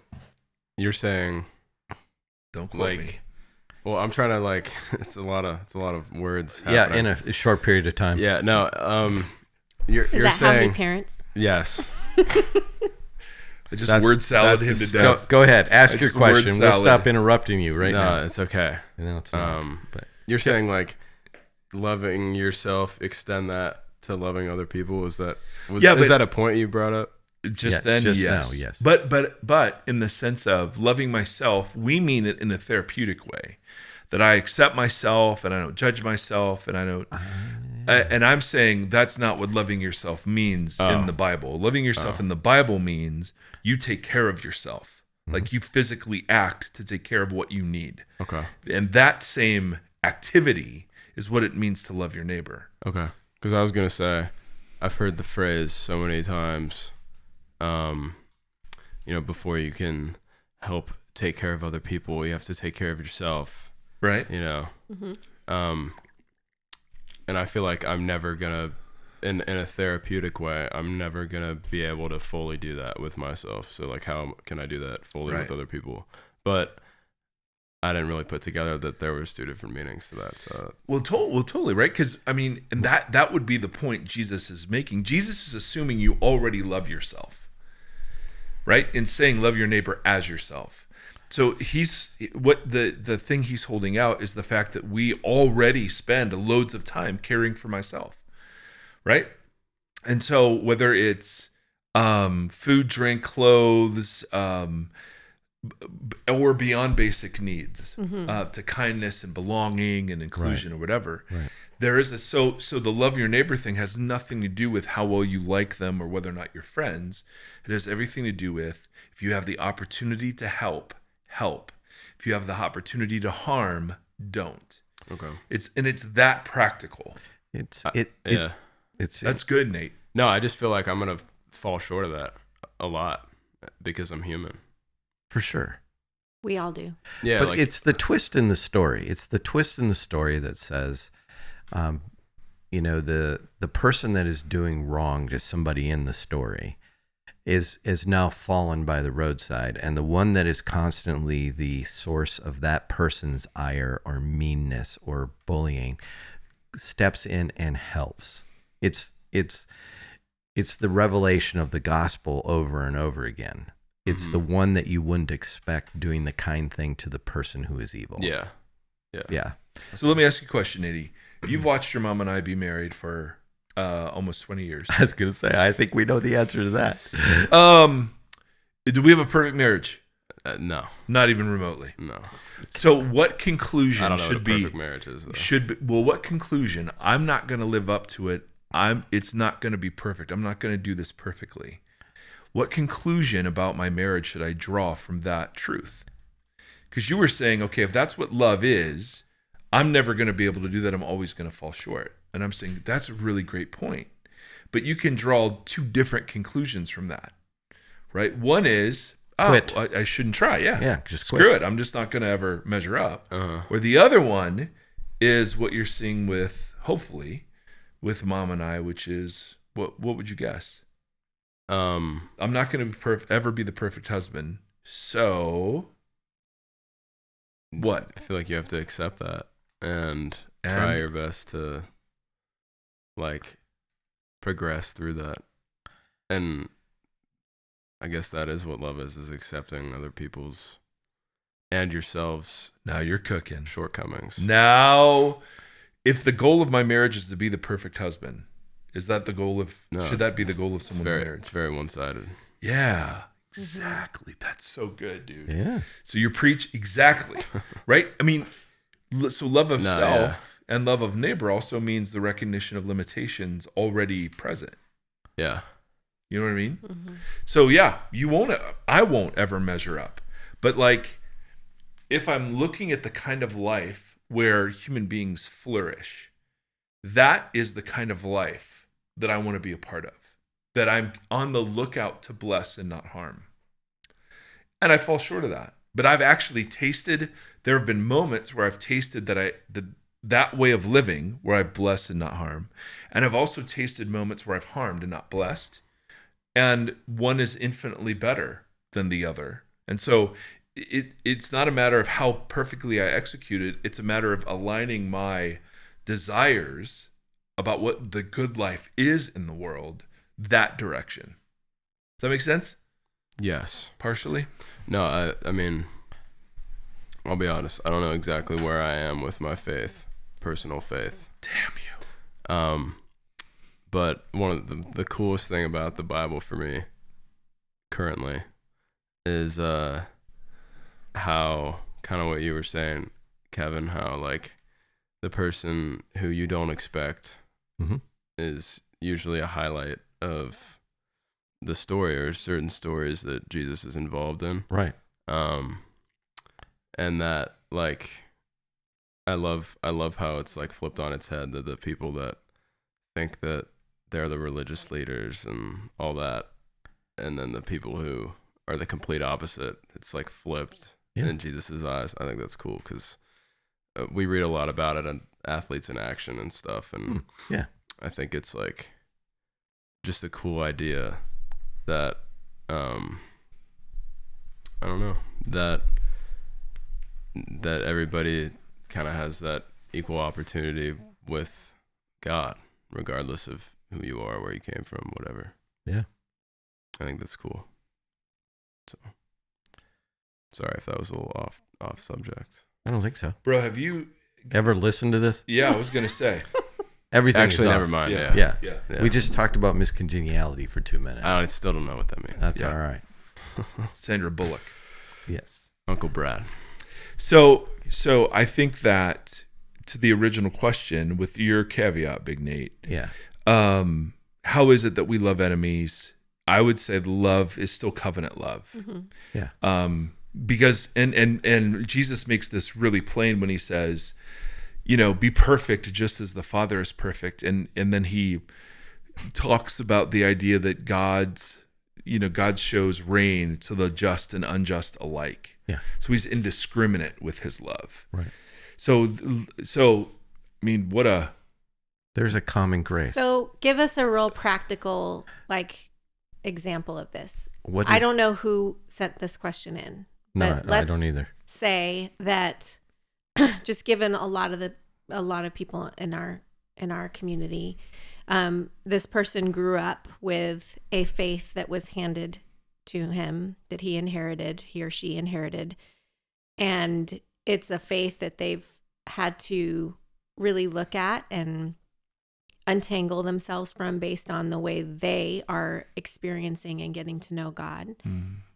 Speaker 5: you're saying
Speaker 3: Don't quote
Speaker 5: like,
Speaker 3: me.
Speaker 5: well, I'm trying to like, it's a lot of it's a lot of words.
Speaker 2: Yeah,
Speaker 5: happening.
Speaker 2: in a, a short period of time.
Speaker 5: yeah, no. Um, you're
Speaker 4: Is
Speaker 5: you're
Speaker 4: that how
Speaker 5: saying
Speaker 4: he parents?
Speaker 5: yes.
Speaker 3: I just
Speaker 5: That's-
Speaker 3: word salad
Speaker 5: that's
Speaker 3: him
Speaker 5: a
Speaker 3: to
Speaker 5: step.
Speaker 2: Go,
Speaker 3: death.
Speaker 2: go ahead. Ask
Speaker 3: It's
Speaker 2: your
Speaker 3: the word
Speaker 2: question. We'll
Speaker 3: salad.
Speaker 2: stop interrupting you right
Speaker 5: no,
Speaker 2: now.
Speaker 5: it's okay.
Speaker 2: No, it's not.
Speaker 5: Um,
Speaker 2: but
Speaker 5: You're saying like loving yourself, extend that to loving other people. Is that was
Speaker 3: Yeah,
Speaker 5: is
Speaker 3: but-
Speaker 5: that a point you brought up?
Speaker 3: Just
Speaker 2: Yeah,
Speaker 3: then,
Speaker 2: just
Speaker 3: yes.
Speaker 2: now, yes.
Speaker 3: But but but in the sense of loving myself, we mean it in a therapeutic way, that I accept myself and I don't judge myself and I don't.
Speaker 2: Ah.
Speaker 3: A- and I'm saying that's not what loving yourself means
Speaker 2: Oh.
Speaker 3: in the Bible. Loving yourself in the Bible means you take care of yourself,
Speaker 2: Mm-hmm.
Speaker 3: like you physically act to take care of what you need,
Speaker 5: Okay.
Speaker 3: and that same activity is what it means to love your neighbor.
Speaker 5: Okay. Because I was gonna say, I've heard the phrase so many times. Um, you know, before you can help take care of other people, you have to take care of yourself.
Speaker 3: Right?
Speaker 5: You know. Um, and I feel like I'm never gonna. In, in a therapeutic way, I'm never gonna be able to fully do that with myself. So like, how can I do that fully
Speaker 3: Right.
Speaker 5: with other people? But I didn't really put together that there was two different meanings to that. So
Speaker 3: Well, to- well, totally right. Because I mean, and that that would be the point Jesus is making. Jesus is assuming you already love yourself, right? In saying love your neighbor as yourself. So he's what the the thing he's holding out is the fact that we already spend loads of time caring for myself, right? And so whether it's um, food, drink, clothes, um, or beyond basic needs uh, to kindness and belonging and inclusion or whatever there is a so so the love your neighbor thing has nothing to do with how well you like them or whether or not you're friends it has everything to do with if you have the opportunity to help help if you have the opportunity to harm don't
Speaker 5: okay,
Speaker 3: it's and it's that practical
Speaker 2: it's it, it
Speaker 5: uh, yeah.
Speaker 2: it's
Speaker 3: that's good nate
Speaker 5: No, I just feel like I'm gonna fall short of that a lot because I'm human.
Speaker 2: for sure.
Speaker 4: We all do.
Speaker 5: Yeah,
Speaker 2: but
Speaker 5: like,
Speaker 2: it's the twist in the story. It's the twist in the story that says, um, you know, the the person that is doing wrong to somebody in the story is is now fallen by the roadside, and the one that is constantly the source of that person's ire or meanness or bullying steps in and helps. It's it's it's the revelation of the gospel over and over again. It's the
Speaker 5: Mm-hmm.
Speaker 2: one that you wouldn't expect doing the kind thing to the person who is evil.
Speaker 5: yeah,
Speaker 2: Yeah.
Speaker 3: so let me ask you a question Nate. you've watched your mom and i be married for uh, almost 20 years
Speaker 2: I was going to say, I think we know the answer to that.
Speaker 3: um do we have a perfect marriage
Speaker 5: uh, no,
Speaker 3: not even remotely
Speaker 5: no.
Speaker 3: So what
Speaker 5: I
Speaker 3: conclusion
Speaker 5: don't know
Speaker 3: should
Speaker 5: what a
Speaker 3: be
Speaker 5: perfect marriage is. Though.
Speaker 3: should be, well what conclusion I'm not going to live up to it. I'm it's not going to be perfect. I'm not going to do this perfectly. What conclusion about my marriage should I draw from that truth? Cuz you were saying, okay, if that's what love is, I'm never going to be able to do that. I'm always going to fall short. And I'm saying that's a really great point. But you can draw two different conclusions from that. Right? One is Oh,
Speaker 2: Quit.
Speaker 3: I, I shouldn't try. Yeah.
Speaker 2: Yeah, just
Speaker 3: screw
Speaker 2: quit.
Speaker 3: it. I'm just not going to ever measure up.
Speaker 5: Uh-huh.
Speaker 3: Or the other one is what you're seeing with, hopefully, with mom and I, which is what what would you guess?
Speaker 5: um,
Speaker 3: I'm not going to be perf- ever be the perfect husband. So what?
Speaker 5: I feel like you have to accept that. and try
Speaker 3: And-
Speaker 5: your best to like progress through that. And I guess that is what love is is accepting other people's and yourselves
Speaker 3: Now you're cooking.
Speaker 5: shortcomings.
Speaker 3: Now, if the goal of my marriage is to be the perfect husband, is that the goal of?
Speaker 5: No,
Speaker 3: should that be the
Speaker 5: it's-
Speaker 3: goal of
Speaker 5: It's
Speaker 3: someone's
Speaker 5: very,
Speaker 3: marriage?
Speaker 5: it's very one-sided.
Speaker 3: Yeah, exactly. That's so good, dude.
Speaker 2: Yeah.
Speaker 3: So you preach exactly, right? I mean, l- so love of
Speaker 5: No,
Speaker 3: self and love of neighbor also means the recognition of limitations already present.
Speaker 5: Yeah.
Speaker 3: You know what I mean? So yeah, you won't. I won't ever measure up. But like, if I'm looking at the kind of life where human beings flourish, that is the kind of life that I want to be a part of. That I'm on the lookout to bless and not harm. And I fall short of that. But I've actually tasted. There have been moments where I've tasted that I that that way of living where I've blessed and not harm, and I've also tasted moments where I've harmed and not blessed and one is infinitely better than the other. And so it it's not a matter of how perfectly I execute it, it's a matter of aligning my desires about what the good life is in the world that direction. Does that make sense?
Speaker 5: Yes.
Speaker 3: Partially?
Speaker 5: No, I I mean I'll be honest, I don't know exactly where I am with my faith, personal faith.
Speaker 3: Damn you.
Speaker 5: Um but one of the, the coolest thing about the Bible for me currently is uh how kind of what you were saying, Kevin, how like the person who you don't expect
Speaker 2: Mhm.
Speaker 5: is usually a highlight of the story or certain stories that Jesus is involved in
Speaker 2: Right.
Speaker 5: um and that like i love i love how it's like flipped on its head that the people that think that they're the religious leaders and all that and then the people who are the complete opposite it's like flipped
Speaker 2: Yeah.
Speaker 5: in jesus's eyes i think that's cool because we read a lot about it and athletes in action and stuff and
Speaker 2: Hmm. Yeah.
Speaker 5: I think it's like just a cool idea that um I don't know that that everybody kind of has that equal opportunity with God regardless of who you are, where you came from, whatever.
Speaker 2: Yeah.
Speaker 5: I think that's cool. So Sorry if that was a little off off subject.
Speaker 2: I don't think so.
Speaker 3: Bro, have you
Speaker 2: Ever listen to this?
Speaker 3: Yeah, I was going to say.
Speaker 2: Everything. is
Speaker 5: Actually,
Speaker 2: off.
Speaker 5: never mind.
Speaker 3: Yeah.
Speaker 5: Yeah.
Speaker 2: Yeah.
Speaker 3: Yeah.
Speaker 5: Yeah. Ah,
Speaker 2: We just talked about miscongeniality for two minutes.
Speaker 5: I still don't know what that means.
Speaker 2: That's
Speaker 3: yeah.
Speaker 2: all right.
Speaker 3: Sandra Bullock.
Speaker 2: Yes.
Speaker 5: Uncle Brad.
Speaker 3: So, so I think that to the original question with your caveat, Big Nate,
Speaker 2: Yeah.
Speaker 3: um how is it that we love enemies i would say love is still covenant love
Speaker 2: Yeah.
Speaker 5: Uh,
Speaker 3: um because and and and jesus makes this really plain when he says you know be perfect just as the father is perfect and and then he talks about the idea that god's you know god shows reign to the just and unjust alike
Speaker 2: Yeah.
Speaker 3: so he's indiscriminate with his love
Speaker 2: Right.
Speaker 3: so so i mean what a
Speaker 2: There's a common grace.
Speaker 4: So give us a real practical like example of this.
Speaker 2: What
Speaker 4: I
Speaker 2: is-
Speaker 4: don't know who sent this question in.
Speaker 2: no,
Speaker 4: but
Speaker 2: I- I
Speaker 4: let's-
Speaker 2: don't either.
Speaker 4: Say that just given a lot of the a lot of people in our in our community, um, this person grew up with a faith that was handed to him that he inherited, he or she inherited, and it's a faith that they've had to really look at and untangle themselves from based on the way they are experiencing and getting to know God.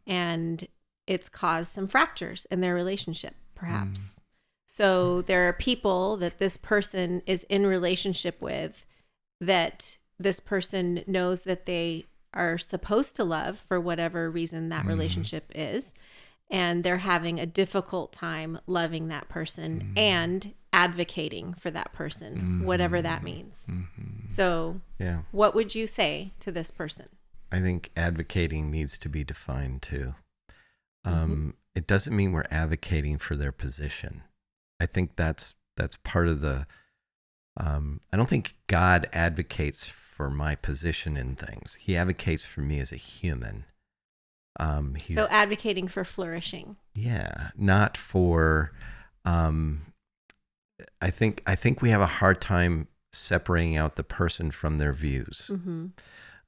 Speaker 4: And it's caused some fractures in their relationship, perhaps. So there are people that this person is in relationship with that this person knows that they are supposed to love for whatever reason that relationship is and they're having a difficult time loving that person and advocating for that person whatever that means so
Speaker 2: Yeah.
Speaker 4: what would you say to this person
Speaker 2: I think advocating needs to be defined too. Um, It doesn't mean we're advocating for their position. I think that's that's part of the. Um, I don't think God advocates for my position in things. He advocates for me as a human. Um, he's,
Speaker 4: so advocating for flourishing
Speaker 2: yeah, not for um, I think I think we have a hard time separating out the person from their views.
Speaker 4: Mm-hmm.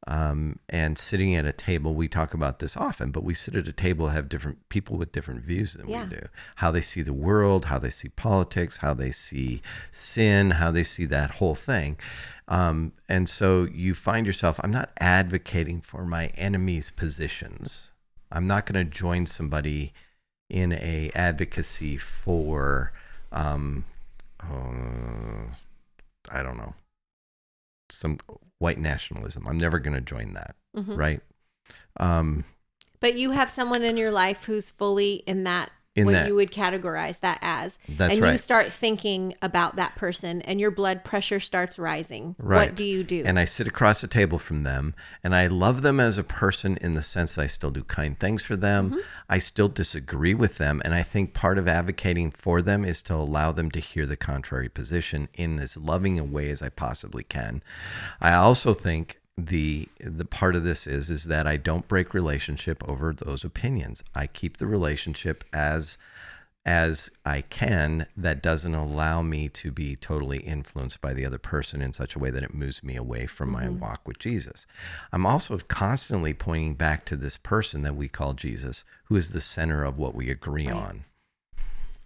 Speaker 2: Um, and sitting at a table, we talk about this often, but we sit at a table have different people with different views than
Speaker 4: Yeah.
Speaker 2: we do. How they see the world, how they see politics, how they see sin, how they see that whole thing. Um, and so you find yourself. I'm not advocating for my enemy's positions. I'm not going to join somebody in a advocacy for um uh, i don't know some white nationalism i'm never going to join that
Speaker 4: Mhm.
Speaker 2: right um
Speaker 4: But you have someone in your life who's fully in that
Speaker 2: In
Speaker 4: what
Speaker 2: that.
Speaker 4: you would categorize that as.
Speaker 2: That's
Speaker 4: and you
Speaker 2: right.
Speaker 4: start thinking about that person and your blood pressure starts rising.
Speaker 2: right
Speaker 4: What do you do?
Speaker 2: and i sit across the table from them and i love them as a person in the sense that i still do kind things for them
Speaker 4: Mm-hmm.
Speaker 2: i still disagree with them and i think part of advocating for them is to allow them to hear the contrary position in as loving a way as i possibly can i also think the the part of this is is that I don't break relationship over those opinions. I keep the relationship as as I can that doesn't allow me to be totally influenced by the other person in such a way that it moves me away from my walk with Jesus. I'm also constantly pointing back to this person that we call Jesus, who is the center of what we agree on.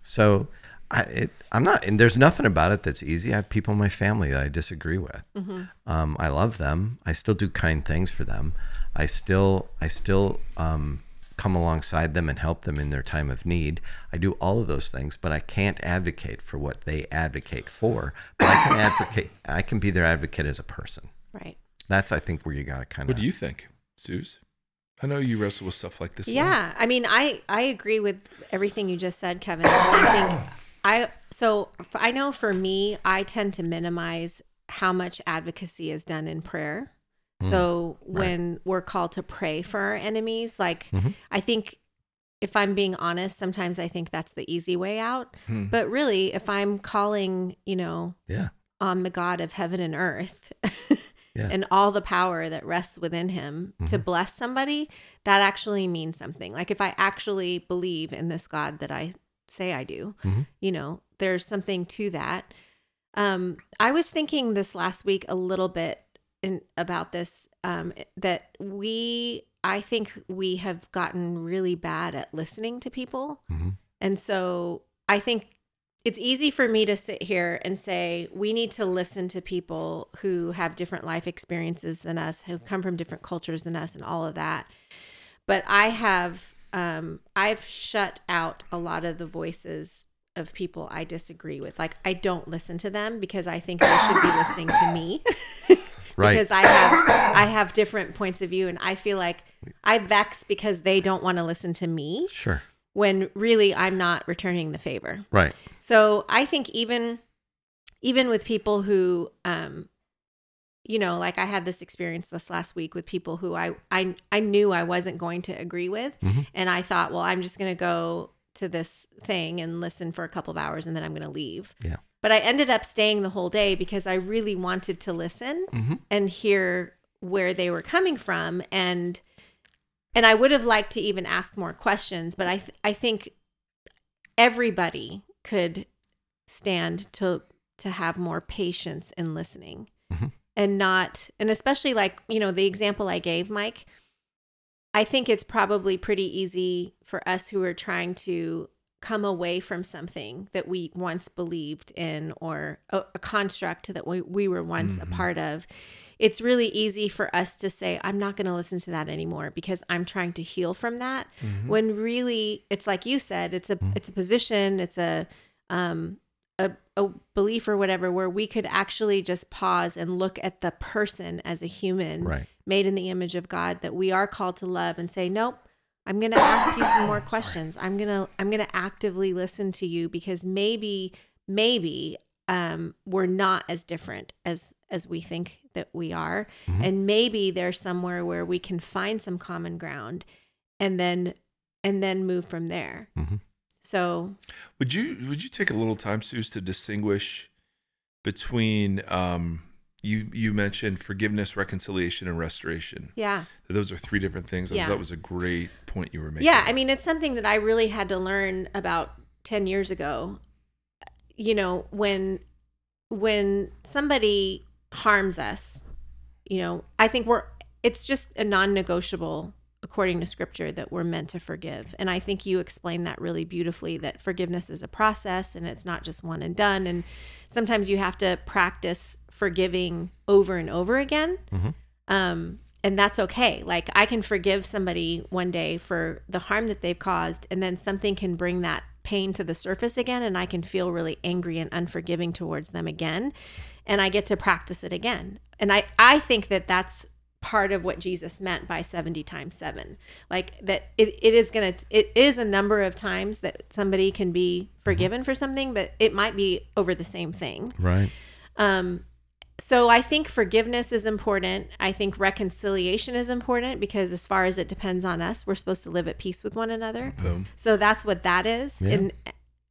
Speaker 2: So I, it, I'm not, and there's nothing about it that's easy. I have people in my family that I disagree with. Um, I love them. I still do kind things for them. I still, I still um, come alongside them and help them in their time of need. I do all of those things, but I can't advocate for what they advocate for. But I can advocate. I can be their advocate as a person.
Speaker 4: right.
Speaker 2: That's, I think, where you got to kind
Speaker 3: What
Speaker 2: of.
Speaker 3: do you think, Suze? I know you wrestle with stuff like this. a lot.
Speaker 4: Yeah, I mean, I I agree with everything you just said, Kevin. I think I so f- I know for me, I tend to minimize how much advocacy is done in prayer.
Speaker 2: Mm,
Speaker 4: So when we're called to pray for our enemies, like
Speaker 2: Mm-hmm.
Speaker 4: I think if I'm being honest, sometimes I think that's the easy way out. But really, if I'm calling, you know,
Speaker 2: Hmm. Yeah.
Speaker 4: on the God of heaven and earth
Speaker 2: Yeah. Mm-hmm.
Speaker 4: and all the power that rests within him to bless somebody, that actually means something. Like if I actually believe in this God that I say I do,
Speaker 2: Mhm.
Speaker 4: you know, there's something to that. Um, I was thinking this last week a little bit in, about this um, that we, I think we have gotten really bad at listening to people.
Speaker 2: Mhm.
Speaker 4: And so I think it's easy for me to sit here and say we need to listen to people who have different life experiences than us, who come from different cultures than us, and all of that. But I have um, I've shut out a lot of the voices of people I disagree with. Like I don't listen to them because I think they should be listening to me because I have I have different points of view, and I feel like I vex because they don't want to listen to me
Speaker 2: Sure.
Speaker 4: when really I'm not returning the favor.
Speaker 2: Right.
Speaker 4: So I think even even with people who um you know, like I had this experience this last week with people who I I I knew I wasn't going to agree with
Speaker 2: Mhm.
Speaker 4: and I thought, well, I'm just going to go to this thing and listen for a couple of hours and then I'm going to leave.
Speaker 2: Yeah.
Speaker 4: But I ended up staying the whole day because I really wanted to listen
Speaker 2: Mhm.
Speaker 4: and hear where they were coming from and and I would have liked to even ask more questions, but I th- I think everybody could stand to to have more patience in listening
Speaker 2: Mhm.
Speaker 4: and not and especially like you know the example i gave mike i think it's probably pretty easy for us who are trying to come away from something that we once believed in or a, a construct that we, we were once a part of it's really easy for us to say i'm not going to listen to that anymore because i'm trying to heal from that when really it's like you said it's a it's a position it's a um a, a belief or whatever where we could actually just pause and look at the person as a human
Speaker 2: Right.
Speaker 4: made in the image of god that we are called to love and say nope i'm going to ask you some more questions i'm going to i'm going to actively listen to you because maybe maybe um, we're not as different as as we think that we are and maybe there's somewhere where we can find some common ground and then and then move from there
Speaker 2: Mhm.
Speaker 4: so
Speaker 3: Would you would you take a little time, Suze, to distinguish between um, you you mentioned forgiveness, reconciliation, and restoration?
Speaker 4: yeah
Speaker 3: Those are three different things. I
Speaker 4: Yeah.
Speaker 3: thought that was a great point you were making.
Speaker 4: yeah i mean it's something that i really had to learn about 10 years ago you know when when somebody harms us you know i think we're it's just a non-negotiable according to scripture that we're meant to forgive and i think you explained that really beautifully that forgiveness is a process and it's not just one and done and sometimes you have to practice forgiving over and over again um, and that's okay like i can forgive somebody one day for the harm that they've caused and then something can bring that pain to the surface again and i can feel really angry and unforgiving towards them again and i get to practice it again and i i think that that's part of what jesus meant by 70 times 7 like that it, it is gonna it is a number of times that somebody can be forgiven for something but it might be over the same thing Um,
Speaker 2: Right.
Speaker 4: so I think forgiveness is important. I think reconciliation is important because as far as it depends on us, we're supposed to live at peace with one another.
Speaker 3: Boom.
Speaker 4: So that's what that is. And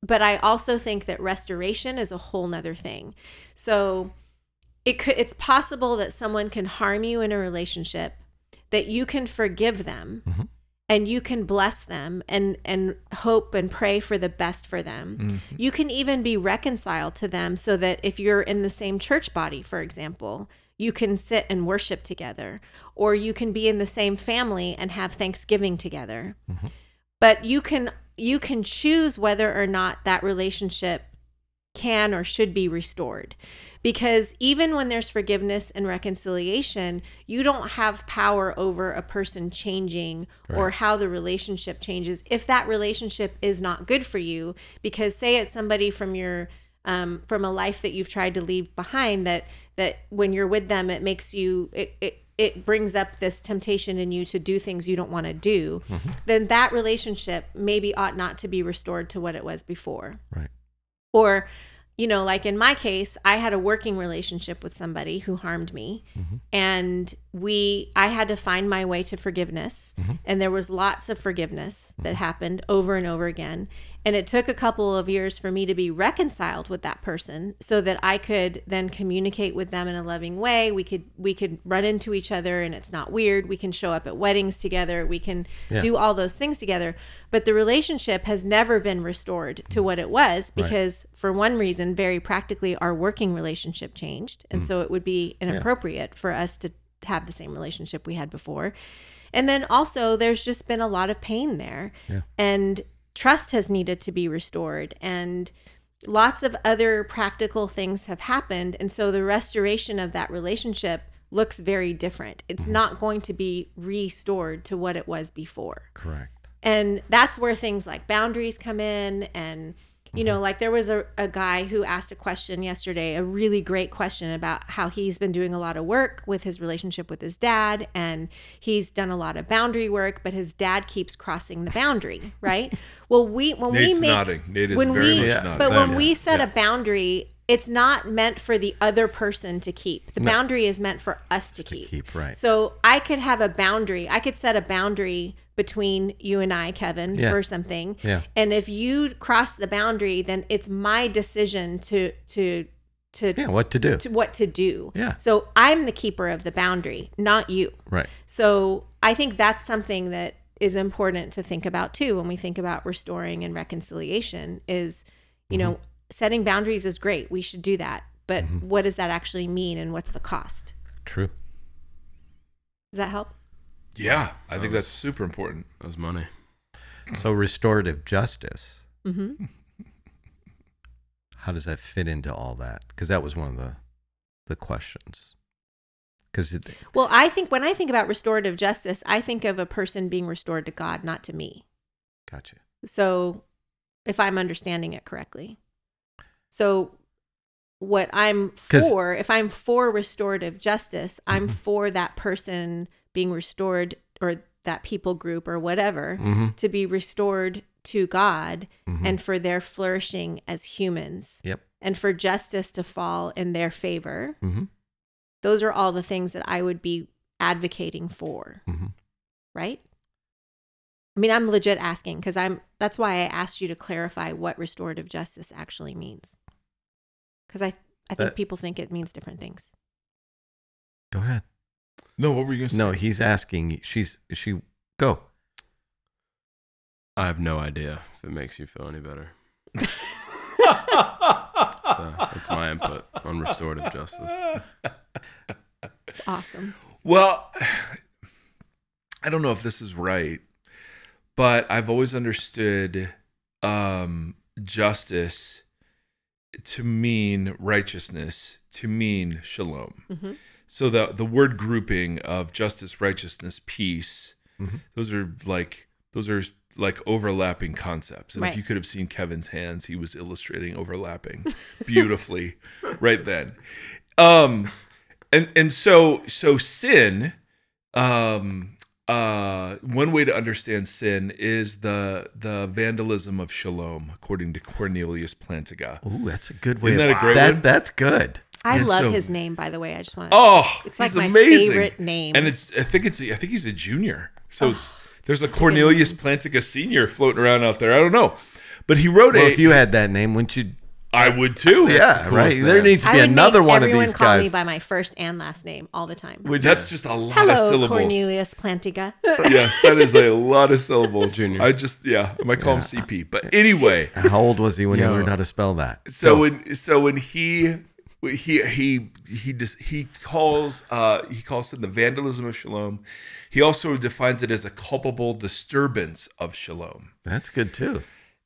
Speaker 4: but I also think that restoration is a whole nother thing. So it could it's possible that someone can harm you in a relationship, that you can forgive them and you can bless them and and hope and pray for the best for them. You can even be reconciled to them so that if you're in the same church body, for example, you can sit and worship together, or you can be in the same family and have Thanksgiving together but you can you can choose whether or not that relationship can or should be restored because even when there's forgiveness and reconciliation you don't have power over a person changing or how the relationship changes if that relationship is not good for you because say it's somebody from your um, from a life that you've tried to leave behind that that when you're with them it makes you it it, it brings up this temptation in you to do things you don't want to do then that relationship maybe ought not to be restored to what it was before
Speaker 2: Right.
Speaker 4: or you know like in my case i had a working relationship with somebody who harmed me and we i had to find my way to forgiveness and there was lots of forgiveness that happened over and over again and it took a couple of years for me to be reconciled with that person so that i could then communicate with them in a loving way we could we could run into each other and it's not weird we can show up at weddings together we can do all those things together but the relationship has never been restored to what it was because for one reason very practically our working relationship changed and so it would be inappropriate for us to have the same relationship we had before and then also there's just been a lot of pain there and trust has needed to be restored and lots of other practical things have happened and so the restoration of that relationship looks very different it's not going to be restored to what it was before
Speaker 2: Correct.
Speaker 4: and that's where things like boundaries come in and you
Speaker 3: Mm-hmm.
Speaker 4: know like there was a, a guy who asked a question yesterday a really great question about how he's been doing a lot of work with his relationship with his dad and he's done a lot of boundary work but his dad keeps crossing the boundary right well we when
Speaker 3: Nate's
Speaker 4: we make
Speaker 3: nodding. Nate is
Speaker 4: when
Speaker 3: very
Speaker 4: we
Speaker 3: much
Speaker 2: Yeah.
Speaker 3: nodding.
Speaker 4: but when
Speaker 3: Yeah.
Speaker 4: we set a boundary it's not meant for the other person to keep the boundary is meant for us to keep
Speaker 2: keep, right.
Speaker 4: so i could have a boundary i could set a boundary between you and i kevin
Speaker 2: Yeah.
Speaker 4: for something
Speaker 2: Yeah.
Speaker 4: and if you cross the boundary then it's my decision to to to,
Speaker 2: Yeah. What to do?
Speaker 4: to what to do
Speaker 2: Yeah.
Speaker 4: so i'm the keeper of the boundary not you
Speaker 2: Right.
Speaker 4: so I think that's something that is important to think about too when we think about restoring and reconciliation is, you know,
Speaker 2: Mm-hmm.
Speaker 4: setting boundaries is great. We should do that. But what does that actually mean and what's the cost?
Speaker 2: True.
Speaker 4: Does that help?
Speaker 3: yeah, I think that's super important.
Speaker 5: That was money.
Speaker 2: So restorative justice.
Speaker 4: Mm-hmm.
Speaker 2: How does that fit into all that? Because that was one of the the questions. Because
Speaker 4: Well, I think when I think about restorative justice, I think of a person being restored to God, not to me.
Speaker 2: gotcha.
Speaker 4: So if I'm understanding it correctly. So what I'm
Speaker 2: 'Cause-
Speaker 4: for, if I'm for restorative justice, I'm for that person being restored or that people group or whatever
Speaker 2: Mm-hmm.
Speaker 4: to be restored to God
Speaker 2: Mhm.
Speaker 4: and for their flourishing as humans
Speaker 2: Yep.
Speaker 4: and for justice to fall in their favor.
Speaker 2: Mm-hmm.
Speaker 4: Those are all the things that I would be advocating for
Speaker 2: Mm-hmm.
Speaker 4: right? I mean, I'm legit asking because I'm that's why I asked you to clarify what restorative justice actually means. Because I, I think
Speaker 2: That-
Speaker 4: people think it means different things.
Speaker 2: Go ahead.
Speaker 3: No, what were you gonna say?
Speaker 2: No, he's asking. She's she. Go.
Speaker 5: I have no idea if it makes you feel any better. That's my input on restorative justice.
Speaker 4: It's awesome.
Speaker 3: Well, I don't know if this is right, but I've always understood um, justice to mean righteousness, to mean shalom. So the the word grouping of justice, righteousness, peace, those are like those are like overlapping concepts. And if
Speaker 4: Right.
Speaker 3: you could have seen Kevin's hands, he was illustrating overlapping beautifully right then. Um and and so so sin um uh one way to understand sin is the the vandalism of shalom according to Cornelius Plantiga.
Speaker 2: Ooh, that's a good way.
Speaker 3: Isn't that
Speaker 2: of-
Speaker 3: a great
Speaker 2: that,
Speaker 3: one?
Speaker 2: That's good.
Speaker 4: I
Speaker 3: And
Speaker 4: love
Speaker 3: so-
Speaker 4: his name, by the way. I just want to.
Speaker 3: Oh,
Speaker 4: It's like
Speaker 3: he's
Speaker 4: my
Speaker 3: amazing.
Speaker 4: favorite name. Oh,
Speaker 3: And it's I think it's I think he's a junior. So it's there's a Cornelius Plantiga senior floating around out there. I don't know. But he wrote
Speaker 2: Well,
Speaker 3: a.
Speaker 2: if you had that name, wouldn't you?
Speaker 3: I would too.
Speaker 2: yeah,
Speaker 3: That's the
Speaker 2: right.
Speaker 3: coolest
Speaker 2: There
Speaker 3: name.
Speaker 2: needs to
Speaker 4: I
Speaker 2: be
Speaker 4: would
Speaker 2: another
Speaker 4: make
Speaker 2: one of
Speaker 4: everyone
Speaker 2: these
Speaker 4: call me
Speaker 2: guys.
Speaker 4: by my first and last name all the time.
Speaker 2: Would you-
Speaker 3: That's just a lot of
Speaker 4: Hello,
Speaker 3: syllables.
Speaker 4: Cornelius Plantiga.
Speaker 3: Yes, that is a lot of syllables.
Speaker 5: Junior.
Speaker 3: I just yeah, I might call him CP. But anyway,
Speaker 2: How old was he when he
Speaker 5: Yo.
Speaker 2: learned how to spell that?
Speaker 3: so when so when he he he he just he calls uh he calls it the vandalism of shalom. He also defines it as a culpable disturbance of shalom.
Speaker 2: That's good too.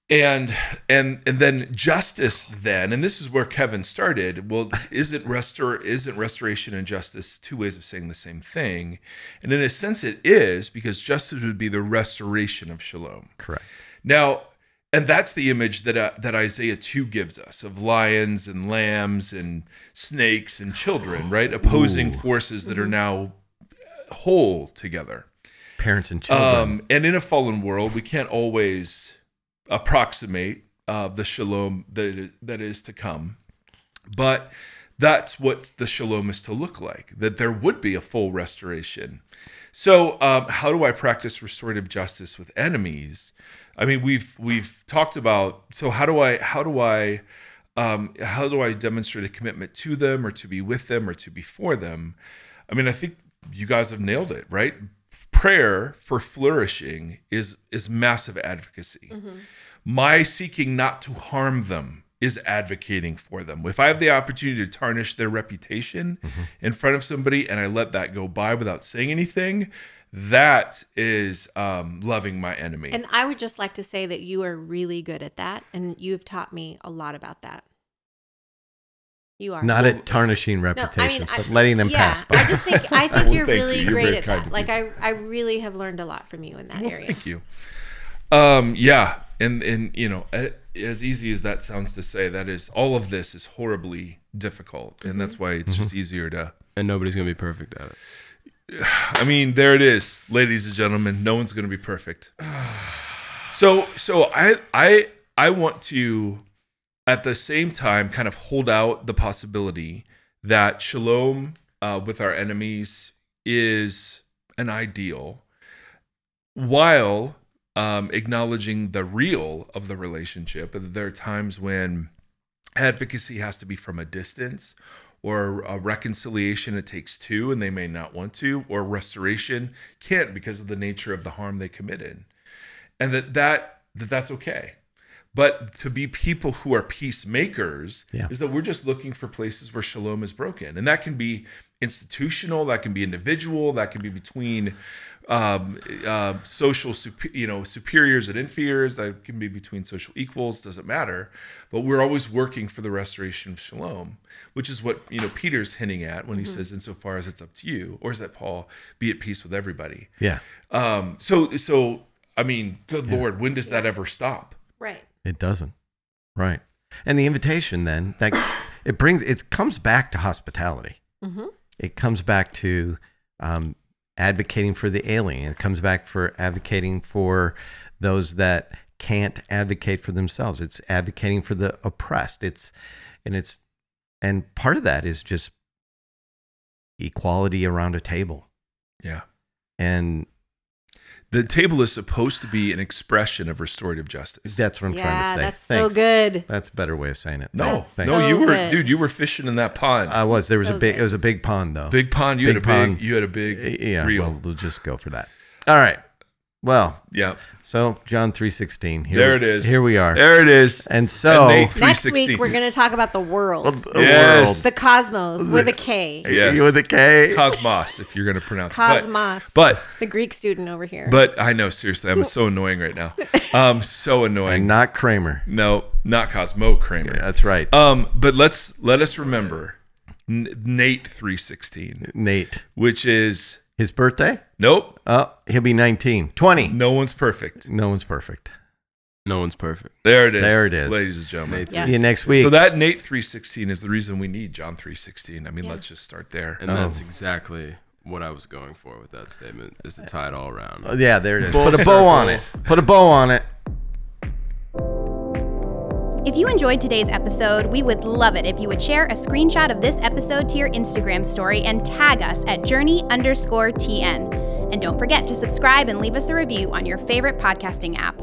Speaker 3: and and and then justice then and this is where kevin started well isn't restor isn't restoration and justice two ways of saying the same thing and in a sense it is because justice would be the restoration of shalom
Speaker 2: Correct.
Speaker 3: now, and that's the image that uh, that Isaiah 2 gives us of lions and lambs and snakes and children, right? Opposing forces that are now whole together.
Speaker 2: Parents and children.
Speaker 3: Um, and in a fallen world, we can't always approximate uh, the shalom that it is, that is to come. But that's what the shalom is to look like, that there would be a full restoration. So, um, how do I practice restorative justice with enemies? I mean, we've we've talked about. So, how do I how do I um, how do I demonstrate a commitment to them, or to be with them, or to be for them? I mean, I think you guys have nailed it, right? Prayer for flourishing is is massive advocacy my seeking not to harm them is advocating for them. If I have the opportunity to tarnish their reputation in front of somebody and I let that go by without saying anything, that is um, loving my enemy.
Speaker 4: and I would just like to say that you are really good at that, and you've taught me a lot about that. You are
Speaker 2: Not at tarnishing reputations, but letting them
Speaker 4: yeah,
Speaker 2: pass by.
Speaker 4: I just think I think
Speaker 3: Well,
Speaker 4: you're
Speaker 3: thank
Speaker 4: really
Speaker 3: you. You're
Speaker 4: great
Speaker 3: very
Speaker 4: at
Speaker 3: kind
Speaker 4: that.
Speaker 3: to
Speaker 4: Like I, I really have learned a lot from you in that
Speaker 3: Well,
Speaker 4: area.
Speaker 3: thank you. Um, yeah, and and you know, a- as easy as that sounds to say, that is all of this is horribly difficult, and that's why it's just easier to.
Speaker 5: And nobody's gonna be perfect at it.
Speaker 3: I mean, there it is, ladies and gentlemen. No one's going to be perfect. So, so I, I, I want to, at the same time, kind of hold out the possibility that shalom uh, with our enemies is an ideal, while um, acknowledging the real of the relationship. There are times when advocacy has to be from a distance or a reconciliation it takes two and they may not want to or restoration can't because of the nature of the harm they committed and that that, that that's okay but to be people who are peacemakers
Speaker 2: Yeah.
Speaker 3: is that we're just looking for places where shalom is broken and that can be institutional that can be individual that can be between um, uh, social supe- you know superiors and inferiors that can be between social equals doesn't matter but we're always working for the restoration of shalom which is what you know peter's hinting at when he
Speaker 4: Mm-hmm.
Speaker 3: says insofar as it's up to you or is that paul be at peace with everybody
Speaker 2: yeah,
Speaker 3: um so so i mean good lord when does that ever stop
Speaker 4: Right.
Speaker 2: it doesn't. Right. And the invitation then that it brings it comes back to hospitality.
Speaker 4: hmm
Speaker 2: It comes back to um, advocating for the alien. It comes back for advocating for those that can't advocate for themselves. It's advocating for the oppressed. It's and it's and part of that is just equality around a table.
Speaker 3: yeah
Speaker 2: And
Speaker 3: the table is supposed to be an expression of restorative justice
Speaker 2: that's what I'm trying to
Speaker 4: Yeah,
Speaker 2: say.
Speaker 4: that's
Speaker 2: Thanks.
Speaker 4: so good.
Speaker 2: That's a better way of saying it.
Speaker 3: no
Speaker 4: That's
Speaker 3: no
Speaker 2: Thanks.
Speaker 4: so
Speaker 3: you were
Speaker 4: good.
Speaker 3: dude you were fishing in that pond
Speaker 2: I was. There was
Speaker 4: So
Speaker 2: a big.
Speaker 4: good.
Speaker 2: It was a big pond though.
Speaker 3: Uh, big pond you
Speaker 2: Big
Speaker 3: had a big
Speaker 2: pond.
Speaker 3: you had a big
Speaker 2: Yeah.
Speaker 3: reel
Speaker 2: Well, we'll just go for that. All right. Well,
Speaker 3: Yeah.
Speaker 2: so John 3:16. Here
Speaker 3: There
Speaker 2: we-
Speaker 3: it is.
Speaker 2: Here we are.
Speaker 3: There it is.
Speaker 2: And so-
Speaker 3: Nate
Speaker 4: Next
Speaker 3: 316.
Speaker 4: week we're going to talk about the world,
Speaker 2: Well, the
Speaker 3: Yes.
Speaker 4: the cosmos with a K.
Speaker 2: world.
Speaker 3: Yes.
Speaker 2: You with the K.
Speaker 3: Cosmos, if you're going to pronounce
Speaker 4: Cosmos.
Speaker 3: it. But, but
Speaker 4: The Greek student over here.
Speaker 3: But I know, seriously, I'm so annoying right now. Um, so
Speaker 2: and
Speaker 3: annoying.
Speaker 2: not Kramer.
Speaker 3: No, not Cosmo Kramer.
Speaker 2: That's right.
Speaker 3: Um, but let's let us remember N- Nate three sixteen,
Speaker 2: Nate.
Speaker 3: which is
Speaker 2: His birthday?
Speaker 3: nope,
Speaker 2: Oh, he'll be 19. 20.
Speaker 3: no one's perfect.
Speaker 2: No one's perfect.
Speaker 5: No one's perfect.
Speaker 3: There it is.
Speaker 2: There it is.
Speaker 3: ladies and gentlemen.
Speaker 5: Nate's-
Speaker 4: Yeah.
Speaker 2: See you next week.
Speaker 3: So that Nate three sixteen is the reason we need John three sixteen. I mean, let's just start there.
Speaker 5: And
Speaker 2: Oh.
Speaker 5: that's exactly what I was going for with that statement is to tie it all around.
Speaker 2: Oh, yeah, there it is.
Speaker 5: Full
Speaker 2: Put a bow
Speaker 5: circle.
Speaker 2: on it. Put a bow on it.
Speaker 1: If you enjoyed today's episode, we would love it if you would share a screenshot of this episode to your Instagram story and tag us at journey underscore TN. And don't forget to subscribe and leave us a review on your favorite podcasting app.